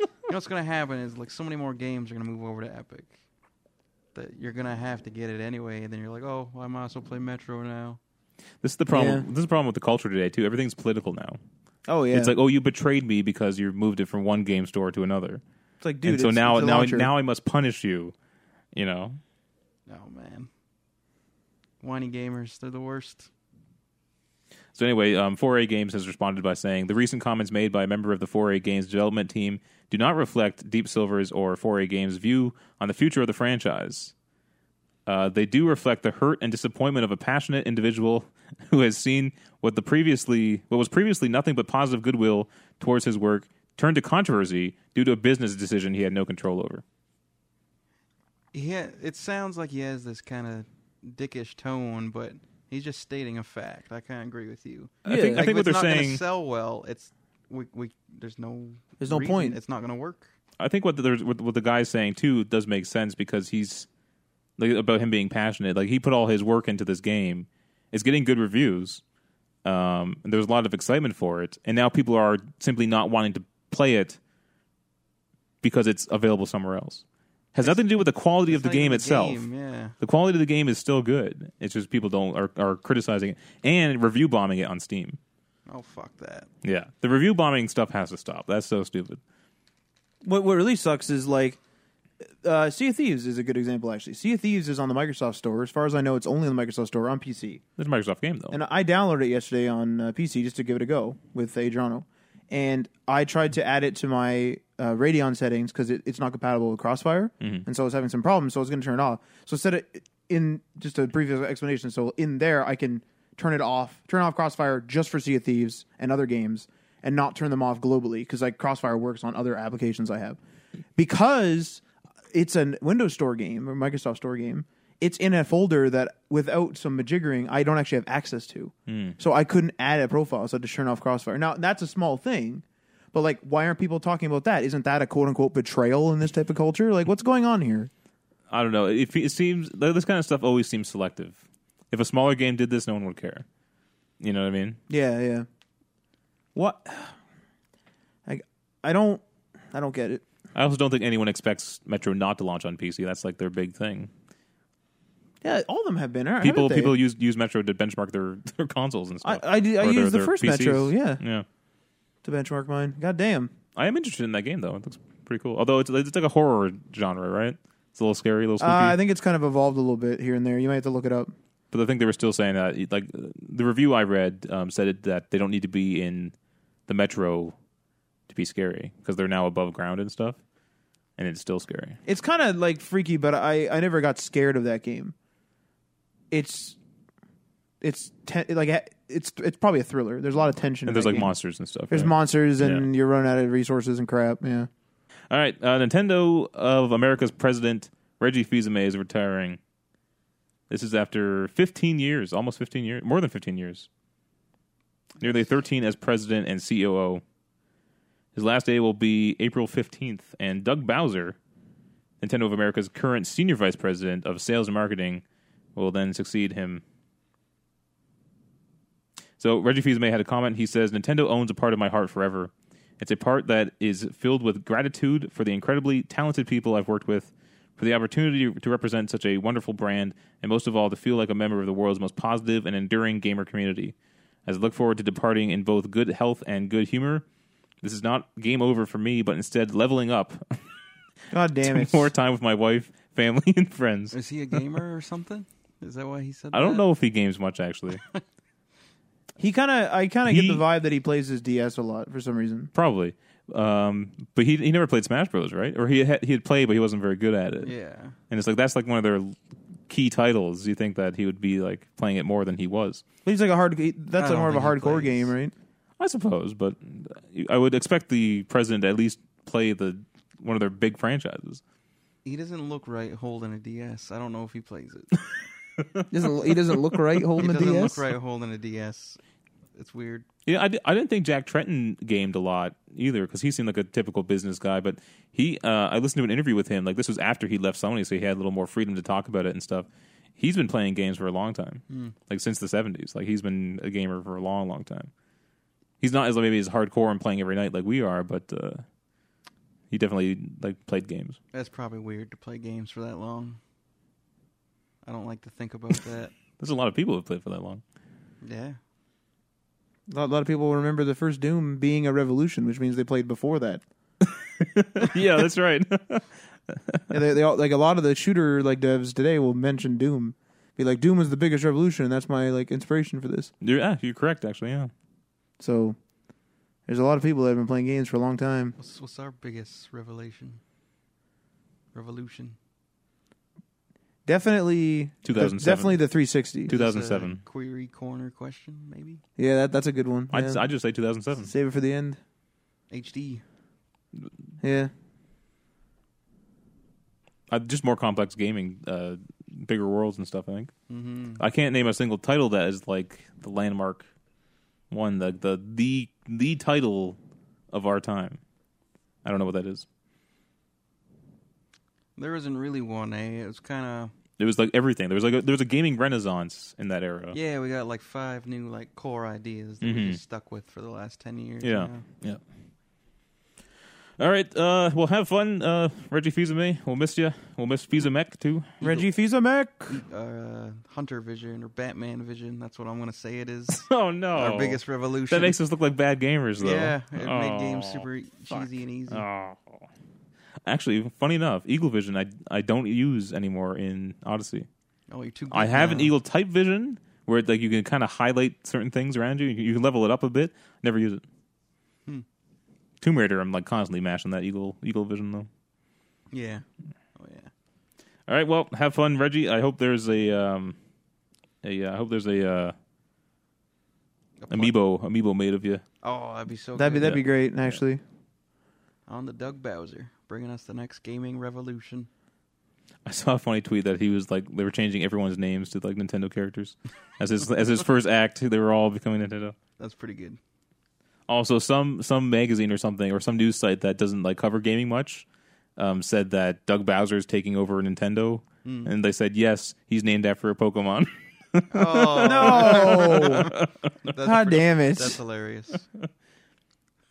B: You know what's gonna happen is like so many more games are gonna move over to Epic. That you're gonna have to get it anyway, and then you're like, oh, well, I might as well play Metro now.
A: This is the problem.
C: Yeah.
A: This is the problem with the culture today too. Everything's political now.
C: oh yeah,
A: It's like, oh, you betrayed me because you moved it from one game store to another,
C: it's like dude.
A: and so
C: it's-
A: now,
C: it's a
A: now,
C: launcher.
A: now I must punish you. You know,
B: Oh man, whiny gamers, they're the worst.
A: So anyway, um, 4A Games has responded by saying the recent comments made by a member of the 4A Games development team do not reflect Deep Silver's or 4A Games' view on the future of the franchise. Uh, they do reflect the hurt and disappointment of a passionate individual who has seen what the previously what was previously nothing but positive goodwill towards his work turned to controversy due to a business decision he had no control over.
B: Yeah, it sounds like he has this kind of dickish tone, but he's just stating a fact. I kind of agree with you.
A: I think,
C: Yeah.
A: I
B: Like,
A: think
B: if
A: what
B: it's
A: they're
B: not
A: saying
B: gonna sell well. It's we we there's no
C: There's no
B: reason.
C: point.
B: It's not gonna work.
A: I think what the what, what the guy's saying too does make sense because he's like about him being passionate. Like he put all his work into this game. It's getting good reviews. Um, and there's a lot of excitement for it, and now people are simply not wanting to play it because it's available somewhere else. Has nothing to do with the quality of
B: It's
A: the
B: not even
A: game
B: a
A: itself.
B: game, yeah.
A: The quality of the game is still good. It's just people don't are, are criticizing it and review bombing it on Steam.
B: Oh fuck that.
A: Yeah, the review bombing stuff has to stop. That's so stupid.
C: what what really sucks is like uh, Sea of Thieves is a good example actually. Sea of Thieves is on the Microsoft Store. As far as I know, it's only on the Microsoft Store on PC.
A: It's a Microsoft game though.
C: And I downloaded it yesterday on uh, PC just to give it a go with Adriano. And I tried to add it to my uh, Radeon settings because it, it's not compatible with Crossfire. And so I was having some problems, so I was going to turn it off. So set it in just a previous explanation. So in there, I can turn it off, turn off Crossfire just for Sea of Thieves and other games and not turn them off globally because like Crossfire works on other applications I have. Because it's a Windows Store game or Microsoft Store game. It's in a folder that without some majiggering, I don't actually have access to. So I couldn't add a profile, so I had to turn off Crossfire. Now that's a small thing, but like, why aren't people talking about that? Isn't that a quote unquote betrayal in this type of culture? Like, what's going on here?
A: I don't know. It, it seems like this kind of stuff always seems selective. If a smaller game did this, no one would care. You know what I mean?
C: Yeah, yeah. What? I I don't I don't get it.
A: I also don't think anyone expects Metro not to launch on PC. That's like their big thing.
C: Yeah, all of them have been. aren't-
A: People
C: haven't they?
A: people use use Metro to benchmark their, their consoles and
C: I
A: stuff.
C: I, did, I
A: Or their-
C: used the
A: their
C: first
A: PCs.
C: Metro, yeah,
A: Yeah,
C: to benchmark mine. God damn.
A: I am interested in that game though. It looks pretty cool. Although it's it's like a horror genre, right? It's a little scary, a little
C: Uh,
A: spooky.
C: I think it's kind of evolved a little bit here and there. You might have to look it up.
A: but I think they were still saying that. Like the review I read um, said it, that they don't need to be in the Metro to be scary because they're now above ground and stuff, and it's still scary.
C: It's kind of like freaky, but I I never got scared of that game. It's it's ten, like eh, it's it's probably a thriller. There's a lot of tension. in
A: And there's
C: that
A: like
C: game.
A: monsters and stuff.
C: There's
A: right?
C: monsters, and you're running out of resources and crap. Yeah.
A: All right, uh, Nintendo of America's president Reggie Fils-Aimé is retiring. This is after 15 years, almost 15 years, more than 15 years. nearly 13 as president and COO. His last day will be April 15th, and Doug Bowser, Nintendo of America's current senior vice president of sales and marketing, will then succeed him. So Reggie Fils-May had a comment. He says, "Nintendo owns a part of my heart forever. It's a part that is filled with gratitude for the incredibly talented people I've worked with, for the opportunity to represent such a wonderful brand, and most of all, to feel like a member of the world's most positive and enduring gamer community. As I look forward to departing in both good health and good humor, this is not game over for me, but instead leveling up,
C: God damn it.
A: more time with my wife, family, and friends.
B: Is he a gamer or something? Is that why he said?
A: I don't
B: that?
A: know if he games much actually.
C: He kind of, I kind of get
A: He-
C: the vibe that he plays his DS a lot for some reason.
A: Probably. Um, but he he never played Smash Bros. Right? Or he had, he had played, but he wasn't very good at it.
B: Yeah,
A: And it's like that's like one of their key titles. You think that he would be like playing it more than he was?
C: He's like a hard. he- That's
B: I
C: like
B: don't
C: more of a
B: think he
C: hardcore
B: plays.
C: game, right?
A: I suppose, but I would expect the president to at least play the one of their big franchises.
B: he doesn't look right holding a DS. I don't know if he plays it.
C: Doesn't he doesn't look right
B: he
C: holding
B: doesn't look right holding a DS. It's weird.
A: Yeah, I, di- I didn't think Jack Trenton gamed a lot either because he seemed like a typical business guy. But he, uh, I listened to an interview with him. Like this was after he left Sony, so he had a little more freedom to talk about it and stuff. He's been playing games for a long time, like since the seventies. Like he's been a gamer for a long, long time. He's not as maybe as hardcore and playing every night like we are, but uh, he definitely like played games.
B: That's probably weird to play games for that long. I don't like to think about that.
A: There's a lot of people who played for that long.
B: Yeah.
C: A lot, a lot of people will remember the first Doom being a revolution, which means they played before that.
A: yeah, that's right.
C: Yeah, they, they all, like a lot of the shooter like devs today will mention Doom, be like Doom was the biggest revolution, and that's my like inspiration for this.
A: you're, yeah, you're correct. Actually, yeah.
C: So there's a lot of people that have been playing games for a long time.
B: What's what's our biggest revelation? Revolution.
C: Definitely,
A: 2007.
C: definitely the 360.
A: Two-
B: Is this a
A: 2007.
B: Query corner question, maybe?
C: Yeah, that, that's a good one.
A: I'd,
C: Yeah.
A: I'd just say 2007.
C: Save it for the end.
B: HD.
C: Yeah,
A: Uh, just more complex gaming, uh, bigger worlds and stuff. I think
B: Mm-hmm.
A: I can't name a single title that is like the landmark one, the the the the title of our time. I don't know what that is.
B: There isn't really one, eh? It was kind of.
A: It was like everything. There was like a, there was a gaming renaissance in that era.
B: Yeah, we got like five new like core ideas that
A: Mhm.
B: we just stuck with for the last 10 years.
A: Yeah.
B: you know?
A: Yeah. All right. Uh, well, have fun, uh, Reggie Fils-Aimé. We'll miss you. We'll miss Fils-Aimé too.
C: Reggie Fils-Aimé.
B: Uh, Hunter Vision or Batman Vision. That's what I'm going to say it is.
A: Oh no!
B: Our biggest revolution.
A: That makes us look like bad gamers, though.
B: Yeah, it
A: Oh,
B: made games super e- cheesy and easy.
A: Oh. Actually, funny enough, Eagle Vision I I don't use anymore in Odyssey.
B: Oh, you're too good
A: I have
B: now.
A: an Eagle Type Vision where like you can kind of highlight certain things around you. You can level it up a bit. Never use it.
B: Hmm.
A: Tomb Raider, I'm like constantly mashing that Eagle Eagle Vision though.
B: Yeah. Oh, yeah.
A: All right, well, have fun, Reggie. I hope there's a um a uh, I hope there's a uh,
B: A pla-
A: amiibo amiibo made of you.
B: Oh, that'd be so
C: That'd be
B: good.
C: that'd be great. Actually,
B: On the Doug Bowser, bringing us the next gaming revolution.
A: I saw a funny tweet that he was like they were changing everyone's names to like Nintendo characters as his as his first act. They were all becoming Nintendo.
B: That's pretty good.
A: Also, some some magazine or something or some news site that doesn't like cover gaming much um, said that Doug Bowser is taking over Nintendo,
B: Hmm.
A: and they said yes, he's named after a Pokemon.
B: Oh,
C: oh
B: that's
C: god
B: pretty-
C: damn it!
B: That's hilarious.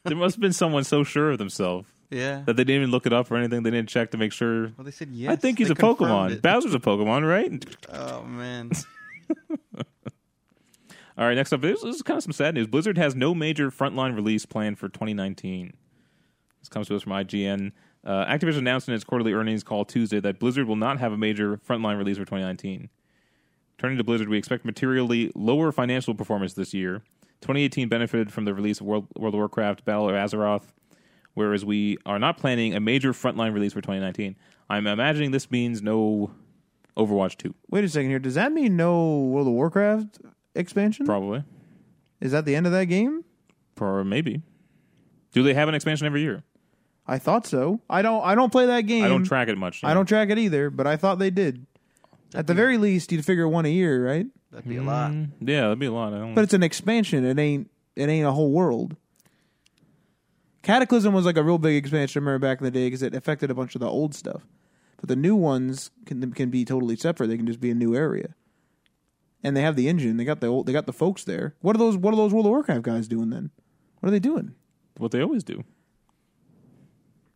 A: there must have been someone so sure of themselves
B: Yeah.
A: that they didn't even look it up or anything. They didn't check to make sure.
B: Well, they said yes.
A: I think he's
B: They
A: a Pokemon.
B: confirmed it.
A: Bowser's a Pokemon, right?
B: Oh man.
A: All right, next up, this, this is kind of some sad news. Blizzard has no major frontline release planned for 2019. This comes to us from IGN. Uh, Activision announced in its quarterly earnings call Tuesday that Blizzard will not have a major frontline release for 2019. Turning to Blizzard, we expect materially lower financial performance this year. 2018 benefited from the release of World, World of Warcraft Battle of Azeroth, whereas we are not planning a major frontline release for 2019. I'm imagining this means no Overwatch 2,
C: Wait a second here. Does that mean no World of Warcraft expansion?
A: probably.
C: Is that the end of that game?
A: Or maybe. Do they have an expansion every year?
C: I thought so. I don't. I don't play that game.
A: I don't track it much.
C: Mm. I don't track it either, but I thought they did. At the very least, you'd figure one a year, right?
B: That'd be a lot.
A: Mm, Yeah, that'd be a lot. I don't,
C: But it's an expansion. It ain't it ain't a whole world. Cataclysm was like a real big expansion. I remember back in the day because it affected a bunch of the old stuff, but the new ones can can be totally separate. They can just be a new area, and they have the engine. They got the old, they got the folks there. What are those What are those World of Warcraft guys doing then? What are they doing?
A: What they always do.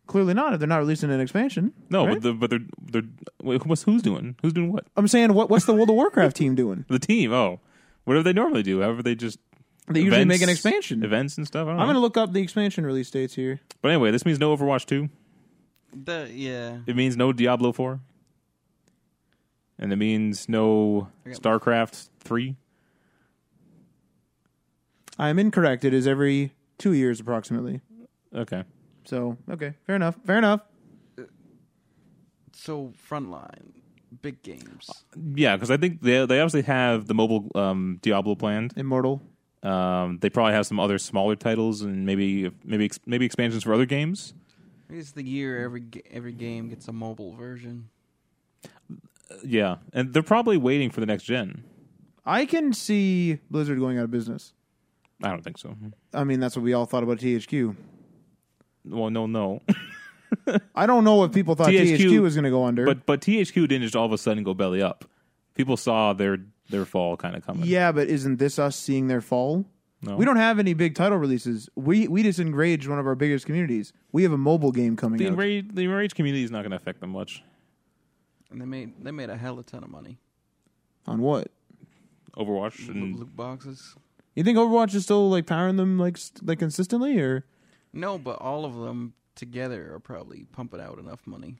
C: Clearly not. If they're not releasing an expansion,
A: No,
C: right?
A: but the, but they're they're wait, what's who's doing who's doing what
C: I'm saying what what's the World of Warcraft team doing?
A: the team. Oh, whatever they normally do. However, they just
C: They usually
A: events-
C: make an expansion.
A: events and stuff. I don't
C: I'm
A: know.
C: gonna look up the expansion release dates here.
A: but anyway, this means no Overwatch two.
B: The, yeah.
A: It means no Diablo four, and it means no
B: I got-
A: Starcraft three.
C: I'm incorrect. It is every two years approximately.
A: Okay,
C: So okay, fair enough. Fair enough.
B: So frontline, big games.
A: yeah, because I think they they obviously have the mobile um, Diablo planned.
C: Immortal.
A: Um, they probably have some other smaller titles and maybe maybe ex- maybe expansions for other games.
B: It's the year every g- every game gets a mobile version.
A: Yeah, and they're probably waiting for the next gen.
C: I can see Blizzard going out of business.
A: I don't think so.
C: I mean, that's what we all thought about THQ.
A: Well, no, no.
C: I don't know if people thought THQ,
A: THQ
C: was going to go under.
A: But but THQ didn't just all of a sudden go belly up. People saw their their fall kind of coming.
C: yeah, but isn't this us seeing their fall?
A: No.
C: We don't have any big title releases. We we just enraged one of our biggest communities. We have a mobile game coming
A: The
C: out.
A: enrage, the enrage community is not going to affect them much.
B: And they made they made a hell of a ton of money.
C: on what?
A: Overwatch
B: Lo-
A: and
B: Loot boxes.
C: You think Overwatch is still like powering them like st- like consistently or
B: No, but all of them together are probably pumping out enough money.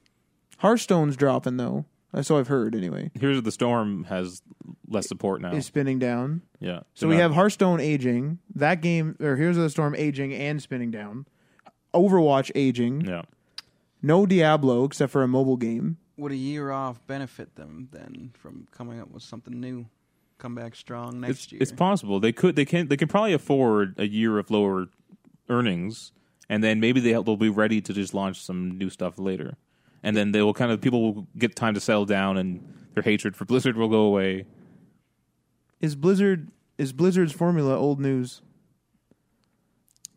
C: Hearthstone's dropping though. That's all I've heard anyway.
A: Heroes of the Storm has less support now.
C: Mm-hmm. Is spinning down.
A: yeah.
C: So
A: Oh. They're
C: we
A: not-
C: have Hearthstone aging, that game or Heroes of the Storm aging and spinning down. Overwatch aging.
A: yeah.
C: No Diablo except for a mobile game.
B: Would a year off benefit them then from coming up with something new? Come back strong next
A: It's,
B: year.
A: it's possible they could they can they can probably afford a year of lower earnings and then maybe they they'll be ready to just launch some new stuff later. And then they will kind of people will get time to settle down and their hatred for Blizzard will go away.
C: Is Blizzard is Blizzard's formula old news?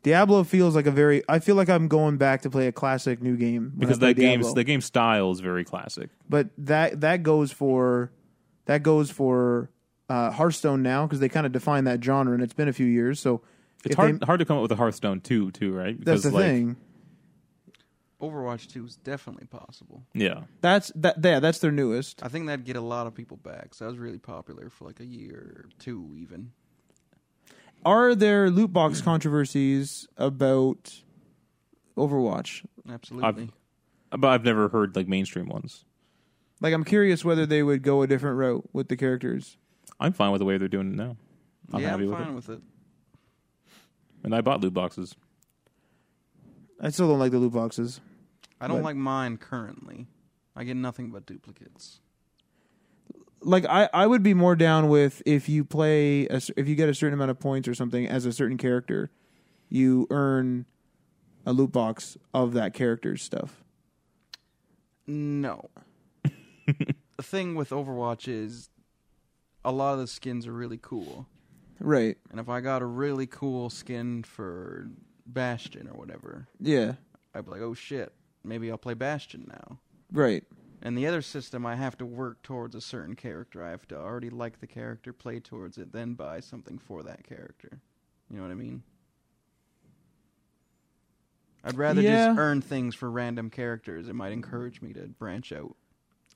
C: Diablo feels like a very I feel like I'm going back to play a classic new game when I
A: because
C: play
A: that game's
C: Diablo.
A: the game style is very classic.
C: but that that goes for that goes for uh, Hearthstone now because they kind of define that genre and it's been a few years. So
A: It's
C: if
A: hard
C: they-
A: hard to come up with a Hearthstone two too, right?
C: that's
A: Because
C: the thing.
B: Overwatch Two is definitely possible.
A: Yeah,
C: That's that. Yeah, that's their newest.
B: I think that'd get a lot of people back. So that was really popular for like a year or two, even.
C: Are there loot box controversies about Overwatch?
B: Absolutely.
A: but I've never heard like mainstream ones.
C: Like, I'm curious whether they would go a different route with the characters.
A: I'm fine with the way they're doing it now. I'm
B: yeah,
A: happy
B: I'm
A: with
B: fine
A: it.
B: with it.
A: And I bought loot boxes.
C: I still don't like the loot boxes.
B: I don't
C: But-
B: like mine currently. I get nothing but duplicates.
C: Like, I, I would be more down with if you play a, cer- if you get a certain amount of points or something as a certain character, you earn a loot box of that character's stuff.
B: No. the thing with Overwatch is a lot of the skins are really cool.
C: Right.
B: And if I got a really cool skin for Bastion or whatever,
C: Yeah.
B: I'd be like, oh shit, maybe I'll play Bastion now.
C: Right.
B: And the other system, I have to work towards a certain character. I have to already like the character, play towards it, then buy something for that character. You know what I mean? I'd rather
C: Yeah.
B: just earn things for random characters. It might encourage me to branch out.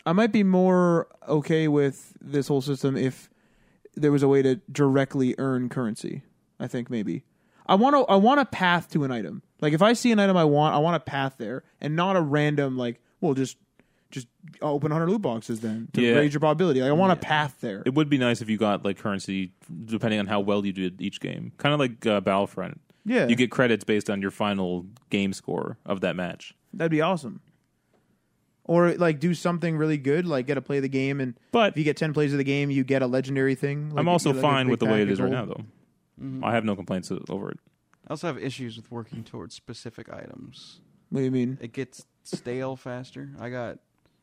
C: I might be more okay with this whole system if there was a way to directly earn currency. I think maybe I want to. I want a path to an item. Like if I see an item I want, I want a path there, and not a random like. Well, just just open hundred loot boxes then to
A: Yeah.
C: raise your probability. Like, I want a path there.
A: It would be nice if you got like currency depending on how well you did each game, kind of like uh, Battlefront.
C: Yeah.
A: you get credits based on your final game score of that match.
C: That'd be awesome. Or like do something really good, like get to play the game, and
A: But
C: if you get ten plays of the game, you get a legendary thing. like,
A: I'm also
C: you get, like, a
A: fine
C: big
A: with the way
C: pack
A: it
C: of
A: is right
C: gold.
A: now, though.
C: mm-hmm.
A: I have no complaints over it.
B: I also have issues with working towards specific items.
C: What do you mean?
B: It gets stale faster. I got.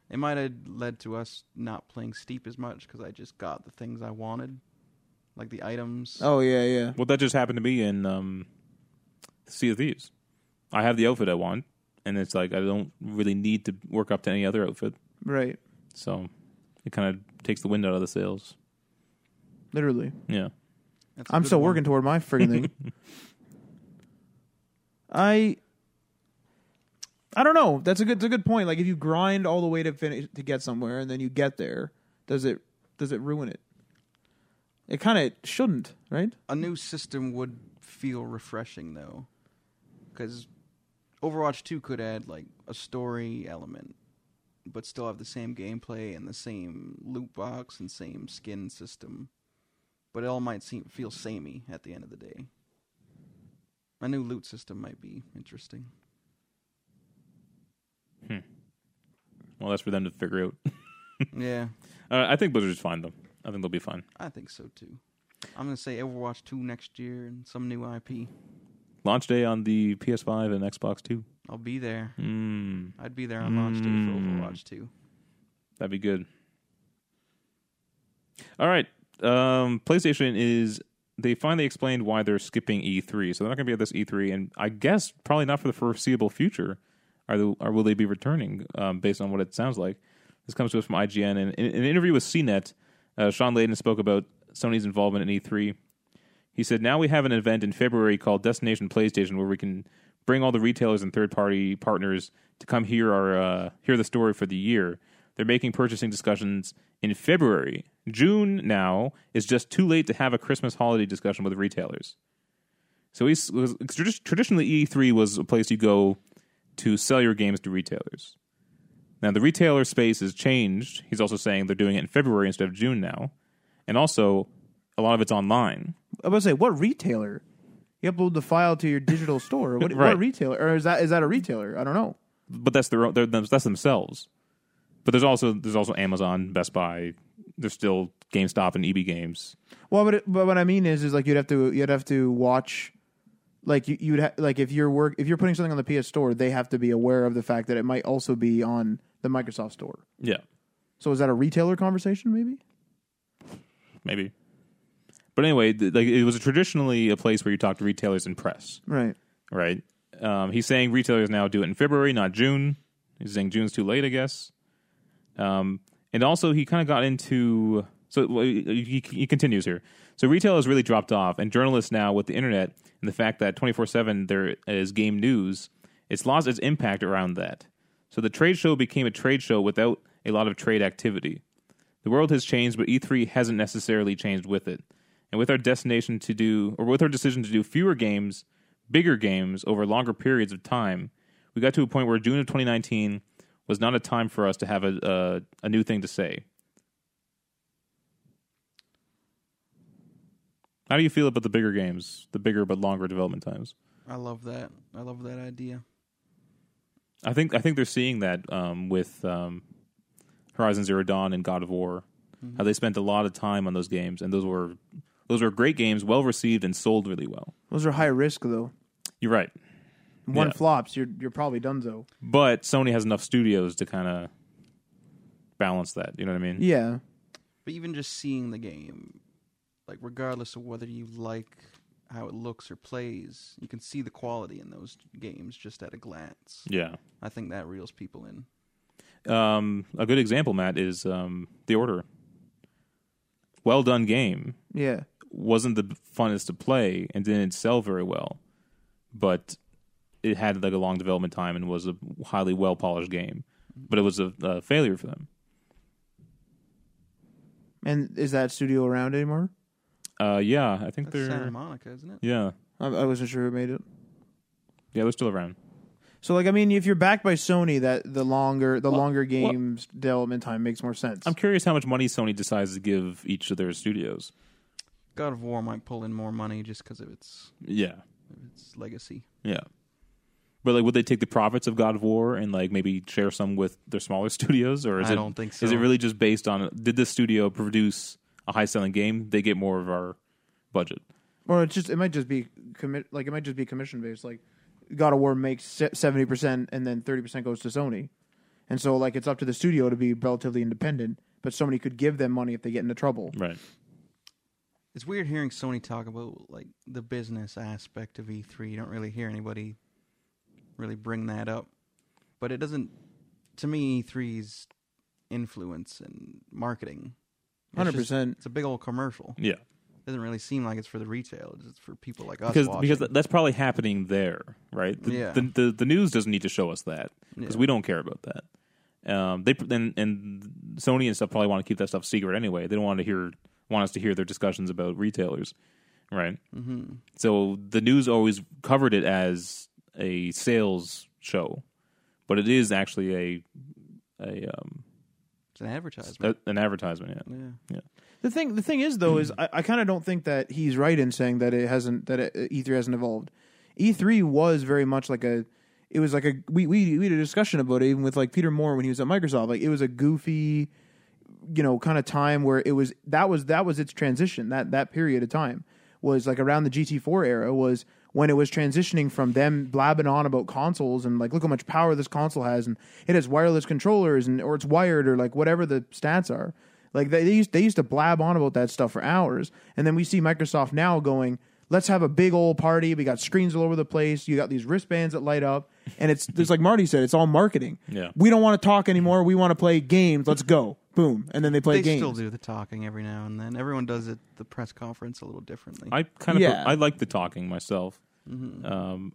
B: It might have led to us not playing steep as much because I just got the things I wanted. like the items.
C: Oh yeah, yeah.
A: Well, that just happened to me in um, Sea of Thieves. I have the outfit I want, and it's like I don't really need to work up to any other outfit,
C: Right.
A: so it kind of takes the wind out of the sails.
C: Literally.
A: Yeah,
B: That's a
C: I'm
B: good
C: still
B: one.
C: working toward my friggin' thing. I I don't know. That's a good that's a good point. Like if you grind all the way to finish to get somewhere and then you get there, does it does it ruin it? It kind of shouldn't, right?
B: A new system would feel refreshing though, because Overwatch Two could add like a story element, but still have the same gameplay and the same loot box and same skin system. But it all might seem feel samey at the end of the day. A new loot system might be interesting.
A: well, that's for them to figure out.
B: yeah,
A: Uh, I think Blizzard's fine though. I think they'll be fine.
B: I think so too. I'm gonna say Overwatch Two next year and some new IP.
A: Launch day on the PS5 and Xbox Two.
B: I'll be there.
C: Hmm.
A: Mm,
B: I'd be there on launch day for
A: Mm.
B: Overwatch Two.
A: that'd be good. All right, um, PlayStation is. They finally explained why they're skipping E3, so they're not going to be at this E3, and I guess probably not for the foreseeable future. Are they, or will they be returning? Um, based on what it sounds like, this comes to us from IGN. And in, in an interview with CNET, uh, Sean Layden spoke about Sony's involvement in E E3. He said, "Now we have an event in February called Destination PlayStation, where we can bring all the retailers and third-party partners to come hear our uh, hear the story for the year. They're making purchasing discussions in February. June now is just too late to have a Christmas holiday discussion with retailers. So he's, was, tradi- traditionally, E3 was a place you go to sell your games to retailers. Now the retailer space has changed. He's also saying they're doing it in February instead of June now, and also a lot of it's online."
C: I was about to say what retailer? You upload the file to your digital store. What,
A: Right.
C: what retailer? Or is that is that a retailer? I don't know.
A: but that's their own, they're, that's themselves. But there's also there's also Amazon, Best Buy. There's still GameStop and EB Games.
C: Well, but, it, but what I mean is, is like you'd have to you'd have to watch, like you, you'd ha- like if you're work if you're putting something on the PS Store, they have to be aware of the fact that it might also be on the Microsoft Store.
A: Yeah,
C: So is that a retailer conversation? Maybe
A: maybe. But anyway, th- like it was traditionally a place where you talk to retailers and press,
C: right.
A: right? Um, he's saying retailers now do it in February, not June. He's saying June's too late, I guess. Um, and also, he kind of got into so well, he, he- he continues here. So retail has really dropped off, and journalists now with the internet and the fact that twenty four seven there is game news, it's lost its impact around that. So the trade show became a trade show without a lot of trade activity. The world has changed, but E three hasn't necessarily changed with it. And with our destination to do, or with our decision to do fewer games, bigger games over longer periods of time, we got to a point where June of 2019 was not a time for us to have a a, a new thing to say. How do you feel about the bigger games, the bigger but longer development times?
B: I love that. I love that idea.
A: I think I think they're seeing that um, with um, Horizon Zero Dawn and God of War. How they spent a lot of time on those games, and those were those were great games, well received and sold really well.
C: Those are high risk though.
A: You're right,
C: One
A: Yeah.
C: flops, you're you're probably donezo.
A: but Sony has enough studios to kind of balance that. You know what I mean?
C: Yeah,
B: But even just seeing the game, like regardless of whether you like how it looks or plays, you can see the quality in those games just at a glance.
A: Yeah.
B: I think that reels people in.
A: um, a good example, Matt, is um, The Order. Well done game
C: yeah.
A: wasn't the funnest to play and didn't sell very well, but it had like a long development time and was a highly well polished game. But it was a, a failure for them.
C: And is that studio around anymore?
A: Uh, yeah, I think
B: That's Santa
A: they're
B: Monica, isn't it?
A: yeah
C: I, I wasn't sure who made it.
A: yeah they're still around.
C: So like I mean, if you're backed by Sony, that the longer the
A: Well,
C: longer
A: well-
C: games development time makes more sense.
A: I'm curious how much money Sony decides to give each of their studios.
B: God of War might pull in more money just because of its
A: Yeah,
B: of its legacy.
A: yeah. But like, would they take the profits of God of War and like maybe share some with their smaller studios, or is
B: I
A: it
B: don't think so.
A: Is it really just based on did this studio produce a high selling game? They get more of our budget.
C: or it's just it might just be commit like it might just be commission based. Like God of War makes seventy percent, and then thirty percent goes to Sony, and so like it's up to the studio to be relatively independent. But Sony could give them money if they get into trouble.
A: Right.
B: It's weird hearing Sony talk about like the business aspect of E3. You don't really hear anybody really bring that up, but it doesn't. To me, E3's influence and marketing. It's
C: Hundred
B: just-
C: percent.
B: It's a big old commercial.
A: Yeah,
B: doesn't really seem like it's for the retailers. It's for people like us.
A: because
B: watching.
A: because that's probably happening there, right? The,
B: Yeah.
A: the, the the news doesn't need to show us that because we don't care about that. Um, they and and Sony and stuff probably want to keep that stuff secret anyway. They don't want to hear want us to hear their discussions about retailers, right? Mm-hmm. So the news always covered it as a sales show, but it is actually a a, um,
B: it's an advertisement.
A: a an advertisement. Yeah.
B: yeah.
C: The thing, the thing is though, is I, I kind of don't think that he's right in saying that it hasn't that it, E3 hasn't evolved. E3 was very much like a, it was like a we we we had a discussion about it even with like Peter Moore when he was at Microsoft. Like it was a goofy, you know, kind of time where it was that was that was its transition. That that period of time was like around the GT4 era was when it was transitioning from them blabbing on about consoles and like look how much power this console has and it has wireless controllers and or it's wired or like whatever the stats are. Like they, they used they used to blab on about that stuff for hours, and then we see Microsoft now going, "Let's have a big old party. We got screens all over the place. You got these wristbands that light up, and it's just like Marty said, it's all marketing.
A: Yeah.
C: we don't want to talk anymore. We want to play games. Let's go, boom, and then they play
B: They
C: games.
B: still do the talking every now and then. Everyone does it the press conference a little differently.
A: I kind of
C: Yeah. Mm-hmm.
A: I like the talking myself, um,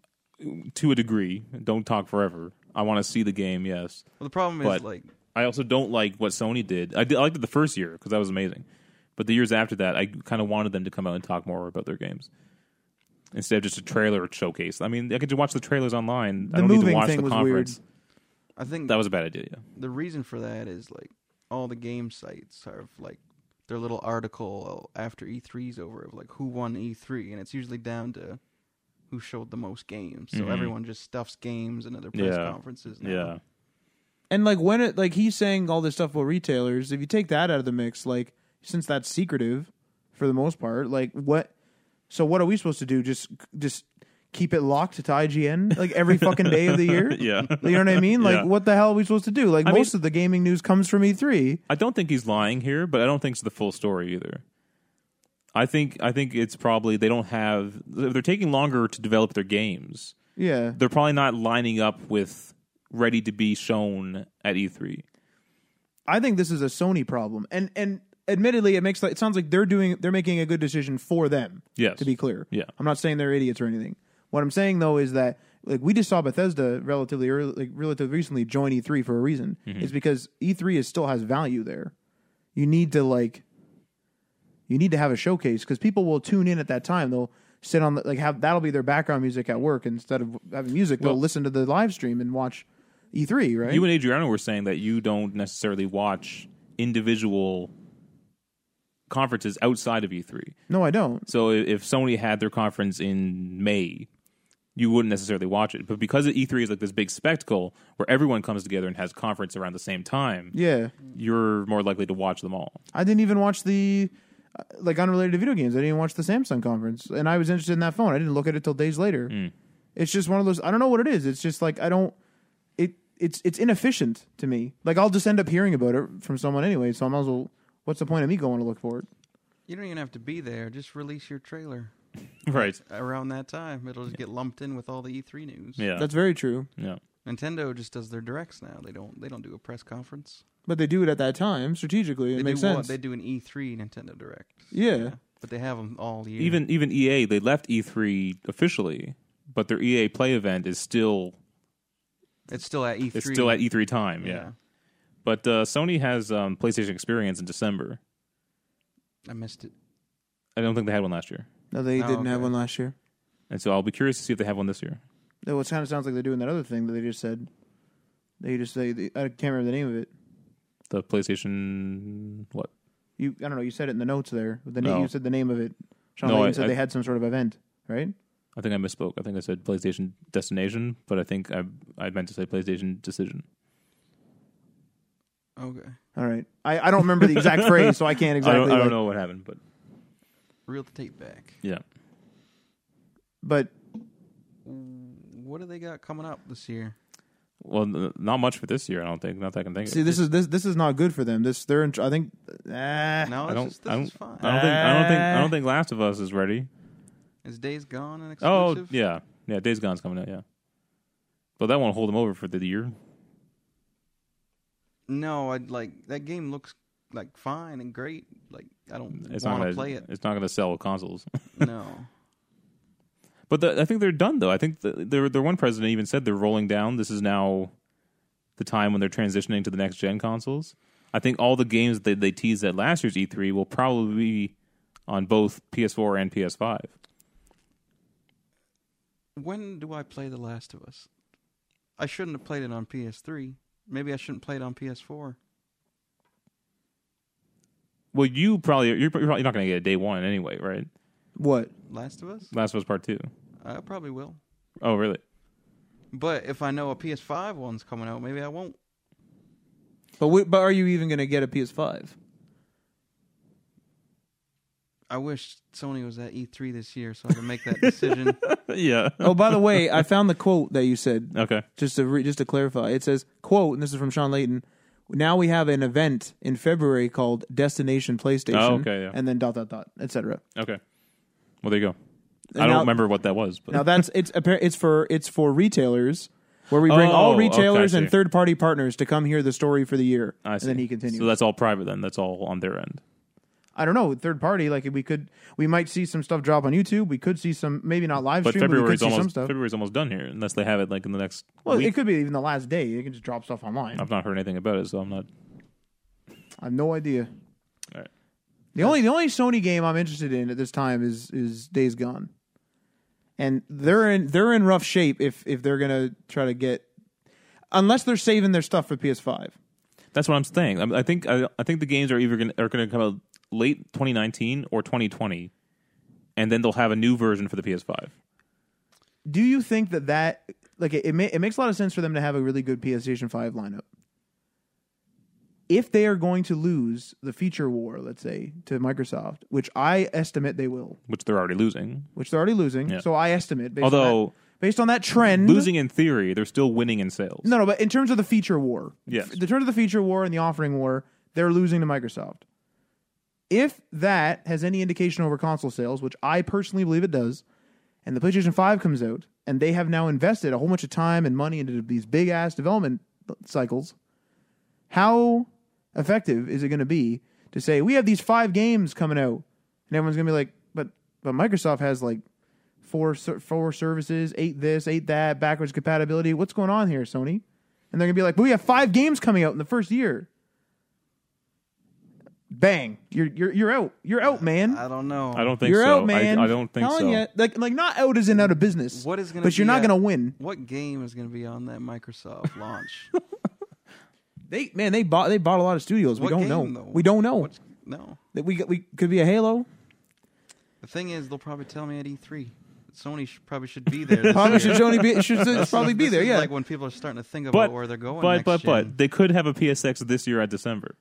A: to a degree. Don't talk forever. I want to see the game. Yes,
B: well, the problem is
A: but-
B: like
A: I also don't like what Sony did. I, did, I liked it the first year because that was amazing, but the years after that, I kind of wanted them to come out and talk more about their games instead of just a trailer showcase. I mean, I could just watch the trailers online. I
C: The
A: don't need to
C: moving
A: watch
C: thing
A: the
C: was
A: conference.
B: I think
A: That was a bad idea. Yeah.
B: the reason for that is like all the game sites have like their little article after E3's over of like who won E3, and it's usually down to who showed the most games. So
A: Mhm.
B: everyone just stuffs games into their press
A: Yeah.
B: conferences. Now.
A: Yeah,
C: And like when it like he's saying all this stuff about retailers, if you take that out of the mix, like since that's secretive for the most part, like what so what are we supposed to do? Just just keep it locked to IGN like every fucking day of the year?
A: yeah.
C: You know what I mean? Like
A: Yeah.
C: what the hell are we supposed to do? Like
A: I mean-
C: most of the gaming news comes from E E3.
A: I don't think he's lying here, but I don't think it's the full story either. I think I think it's probably they don't have they're taking longer to develop their games.
C: Yeah.
A: They're probably not lining up with ready to be shown at E E3.
C: I think this is a Sony problem. And and admittedly it makes like it sounds like they're doing they're making a good decision for them.
A: Yes.
C: To be clear.
A: Yeah.
C: I'm not saying they're idiots or anything. What I'm saying though is that like we just saw Bethesda relatively early, like relatively recently join E3 for a reason.
A: Mm-hmm.
C: It's because E3 is still has value there. You need to like you need to have a showcase because people will tune in at that time. They'll sit on the, like have that'll be their background music at work instead of having music. They'll
A: Well-
C: listen to the live stream and watch E3. Right?
A: You and Adriano were saying that you don't necessarily watch individual conferences outside of E E3.
C: no, I don't.
A: So i- if Sony had their conference in May, you wouldn't necessarily watch it. But because E3 is like this big spectacle where everyone comes together and has conference around the same time,
C: Yeah.
A: you're more likely to watch them all.
C: I didn't even watch the uh, like unrelated to video games. I didn't even watch the Samsung conference, and I was interested in that phone. I didn't look at it till days later.
B: Mm.
C: It's just one of those. I don't know what it is. It's just like I don't. It it's it's inefficient to me. Like I'll just end up hearing about it from someone anyway. So I might as well. What's the point of me going to look for it?
B: You don't even have to be there. Just release your trailer
A: Right.
B: around that time. It'll just get lumped in with all the E3 news.
A: Yeah.
C: That's very true.
A: yeah.
B: Nintendo just does their directs now. They don't. They don't do a press conference.
C: But they do it at that time strategically. It
B: they
C: makes
B: do
C: sense.
B: One, they do an E3 Nintendo Direct.
C: Yeah.
B: but they have them all year.
A: Even even EA, they left E3 officially, but their EA Play event is still
B: it's still at E E3.
A: it's still at E3 time. Yeah. But uh, Sony has um, PlayStation Experience in December.
B: I missed it.
A: I don't think they had one last year,
C: no, they
B: Oh,
C: didn't have
B: okay.
C: one last year.
A: and so I'll be curious to see if they have one this year.
C: Though it kind of sounds like they're doing that other thing that they just said. They just say I can't remember the name of it.
A: The PlayStation what?
C: You, I don't know. You said it in the notes there. The
A: No.
C: name you said the name of it. Sean
A: No,
C: Layton
A: I-
C: said
A: I-
C: they had some sort of event, right?
A: I think I misspoke. I think I said PlayStation Destination, but I think I I meant to say PlayStation Decision.
B: Okay,
C: All right. I, I don't remember the exact phrase, so I can't exactly.
A: I don't, I
C: like-
A: don't know what happened, but
B: reel the tape back.
A: yeah,
C: But
B: What do they got coming up this year?
A: Well, n- not much for this year, I don't think. Not that I can think
C: See,
A: of.
C: this is this this is not good for them. This they're in, tr- I think. eh.
A: I
B: No, this
A: don't.
B: is, this
A: I don't.
B: is fine.
A: I don't think. I don't think. I
C: Ah.
A: don't think Last of Us is ready.
B: is Days Gone an
A: Oh
B: exclusive?
A: yeah, yeah. Days Gone's coming out. Yeah, but that won't hold them over for the year.
B: No, I like that game looks like fine and great. Like I don't
A: It's not
B: want
A: gonna
B: to play it.
A: It's not gonna sell consoles.
B: No.
A: But the, I think they're done though. I think the, their their one president even said they're rolling down. This is now the time when they're transitioning to the next gen consoles. I think all the games that they, they teased at last year's E3 will probably be on both PS4 and PS5.
B: When do I play The Last of Us? I shouldn't have played it on PS3. Maybe I shouldn't play it on PS4.
A: Well, you probably you're, pro- you're probably not going to get it day one anyway, right?
C: What?
B: Last of Us?
A: Last of Us Part Two.
B: I probably will.
A: Oh, really?
B: But if I know a PS5 one's coming out, maybe I won't.
C: But we, but are you even going to get a PS5?
B: I wish Sony was at E3 this year so I could make that decision.
A: yeah.
C: Oh, by the way, I found the quote that you said
A: Okay.
C: just to re- just to clarify, it says quote, and this is from Sean Layton. Now we have an event in February called Destination PlayStation.
A: Oh, okay, yeah.
C: And then dot dot dot, etc.
A: Okay. Well, there you go. I
C: And
A: don't
C: now-
A: remember what that was, but
C: Now that's it's appar- it's for it's for retailers where we bring
A: Oh,
C: all
A: okay, I
C: retailers
A: see.
C: and third party partners to come hear the story for the year.
A: I see.
C: And then he continues.
A: So that's all private then. That's all on their end.
C: I don't know, third party like we could we might see some stuff drop on YouTube. We could see some maybe not live
A: But
C: stream, but we could
A: February's
C: see some
A: almost
C: stuff.
A: February's almost done here, unless they have it like in the next
C: well,
A: week.
C: it could be even the last day. They can just drop stuff online.
A: I've not heard anything about it, so I'm not.
C: I have no idea.
A: All right.
C: The only the only Sony game I'm interested in at this time is is Days Gone, and they're in they're in rough shape if if they're gonna try to get unless they're saving their stuff for PS5.
A: That's what I'm saying. I'm- I think I, I think the games are either gonna, are going to come out late 2019 or 2020, and then they'll have a new version for the PS5.
C: Do you think that that like it it, ma- it makes a lot of sense for them to have a really good PlayStation 5 lineup? If they are going to lose the feature war, let's say to Microsoft, which I estimate they will,
A: which they're already losing.
C: which they're already losing,
A: Yeah.
C: so I estimate based on
A: Although
C: that, based on that trend
A: losing in theory, they're still winning in sales.
C: Mm-hmm. No, no, but in terms of the feature war,
A: Yes.
C: in terms of the feature war and the offering war, they're losing to Microsoft. If that has any indication over console sales, which I personally believe it does, and the PlayStation Five comes out, and they have now invested a whole bunch of time and money into these big ass development cycles, how effective is it going to be to say we have these five games coming out, and everyone's going to be like, but but Microsoft has like four ser- four services, eight this, eight that, backwards compatibility. What's going on here, Sony? And they're gonna be like, but we have five games coming out in the first year. Bang! You're you're you're out. You're out, man.
B: I don't know.
A: I don't think
C: You're
A: so.
C: out, man.
A: I, I don't think
C: Telling
A: so.
C: ya. like like not out as in out of business.
B: What is gonna
C: But you're
B: be
C: not
B: a-
C: gonna win.
B: What game is going to be on that Microsoft launch?
C: They man, they bought they bought a lot of studios.
B: What
C: we don't
B: game,
C: know.
B: though?
C: We don't know.
B: What's- no.
C: That we got- we could be a Halo.
B: The thing is, they'll probably tell me at E3. Sony sh- probably should be there. this
C: Probably
B: year.
C: should Sony be should probably be
B: This
C: there.
B: is
C: Yeah.
B: like when people are starting to think about
A: But
B: where they're going.
A: but
B: next
A: but
B: gen.
A: but they could have a PSX this year at December,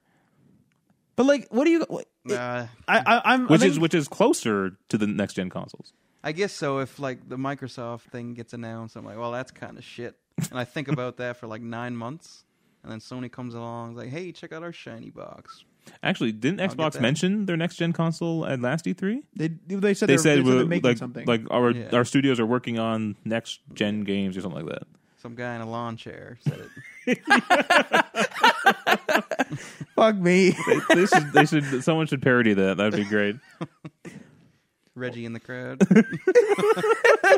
C: but like, what do you? What,
B: Nah,
C: I, I I'm I
A: which
C: think-
A: is which is closer to the next gen consoles.
B: I guess so. If like the Microsoft thing gets announced, I'm like, well, that's kind of shit. And I think about that for like nine months, and then Sony comes along, is like, hey, check out our shiny box.
A: Actually, didn't
B: get
A: Xbox
B: that.
A: mention their next gen console at last E E3?
C: they they said
A: They
C: they're,
A: said,
C: they
A: we're-
C: are making
A: like
C: something.
A: like our
B: Yeah.
A: our studios are working on next gen games or something like that.
B: Some guy in a lawn chair said it.
C: Fuck me.
A: they should they should someone should parody that. That'd be great.
B: Reggie in the crowd.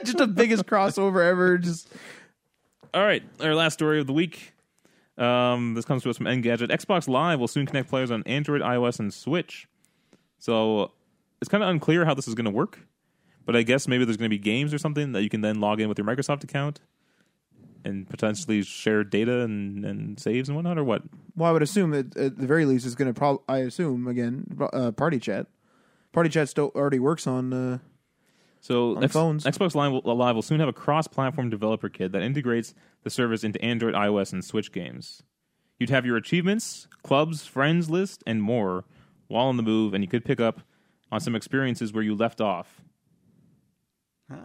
C: just the biggest crossover ever. Just
A: All right, our last story of the week. Um, this comes to us from Engadget. Xbox Live will soon connect players on Android, iOS, and Switch. So it's kind of unclear how this is going to work, but I guess maybe there's going to be games or something that you can then log in with your Microsoft account and potentially share data and, and saves and whatnot, or what?
C: well, I would assume that at the very least it's going to probably. I assume again, pro- uh, party chat. Party chat still already works on. Uh,
A: So
C: On phones.
A: Xbox Live will, Live will soon have a cross-platform developer kit that integrates the service into Android, iOS, and Switch games. You'd have your achievements, clubs, friends list, and more while on the move, and you could pick up on some experiences where you left off.
B: huh?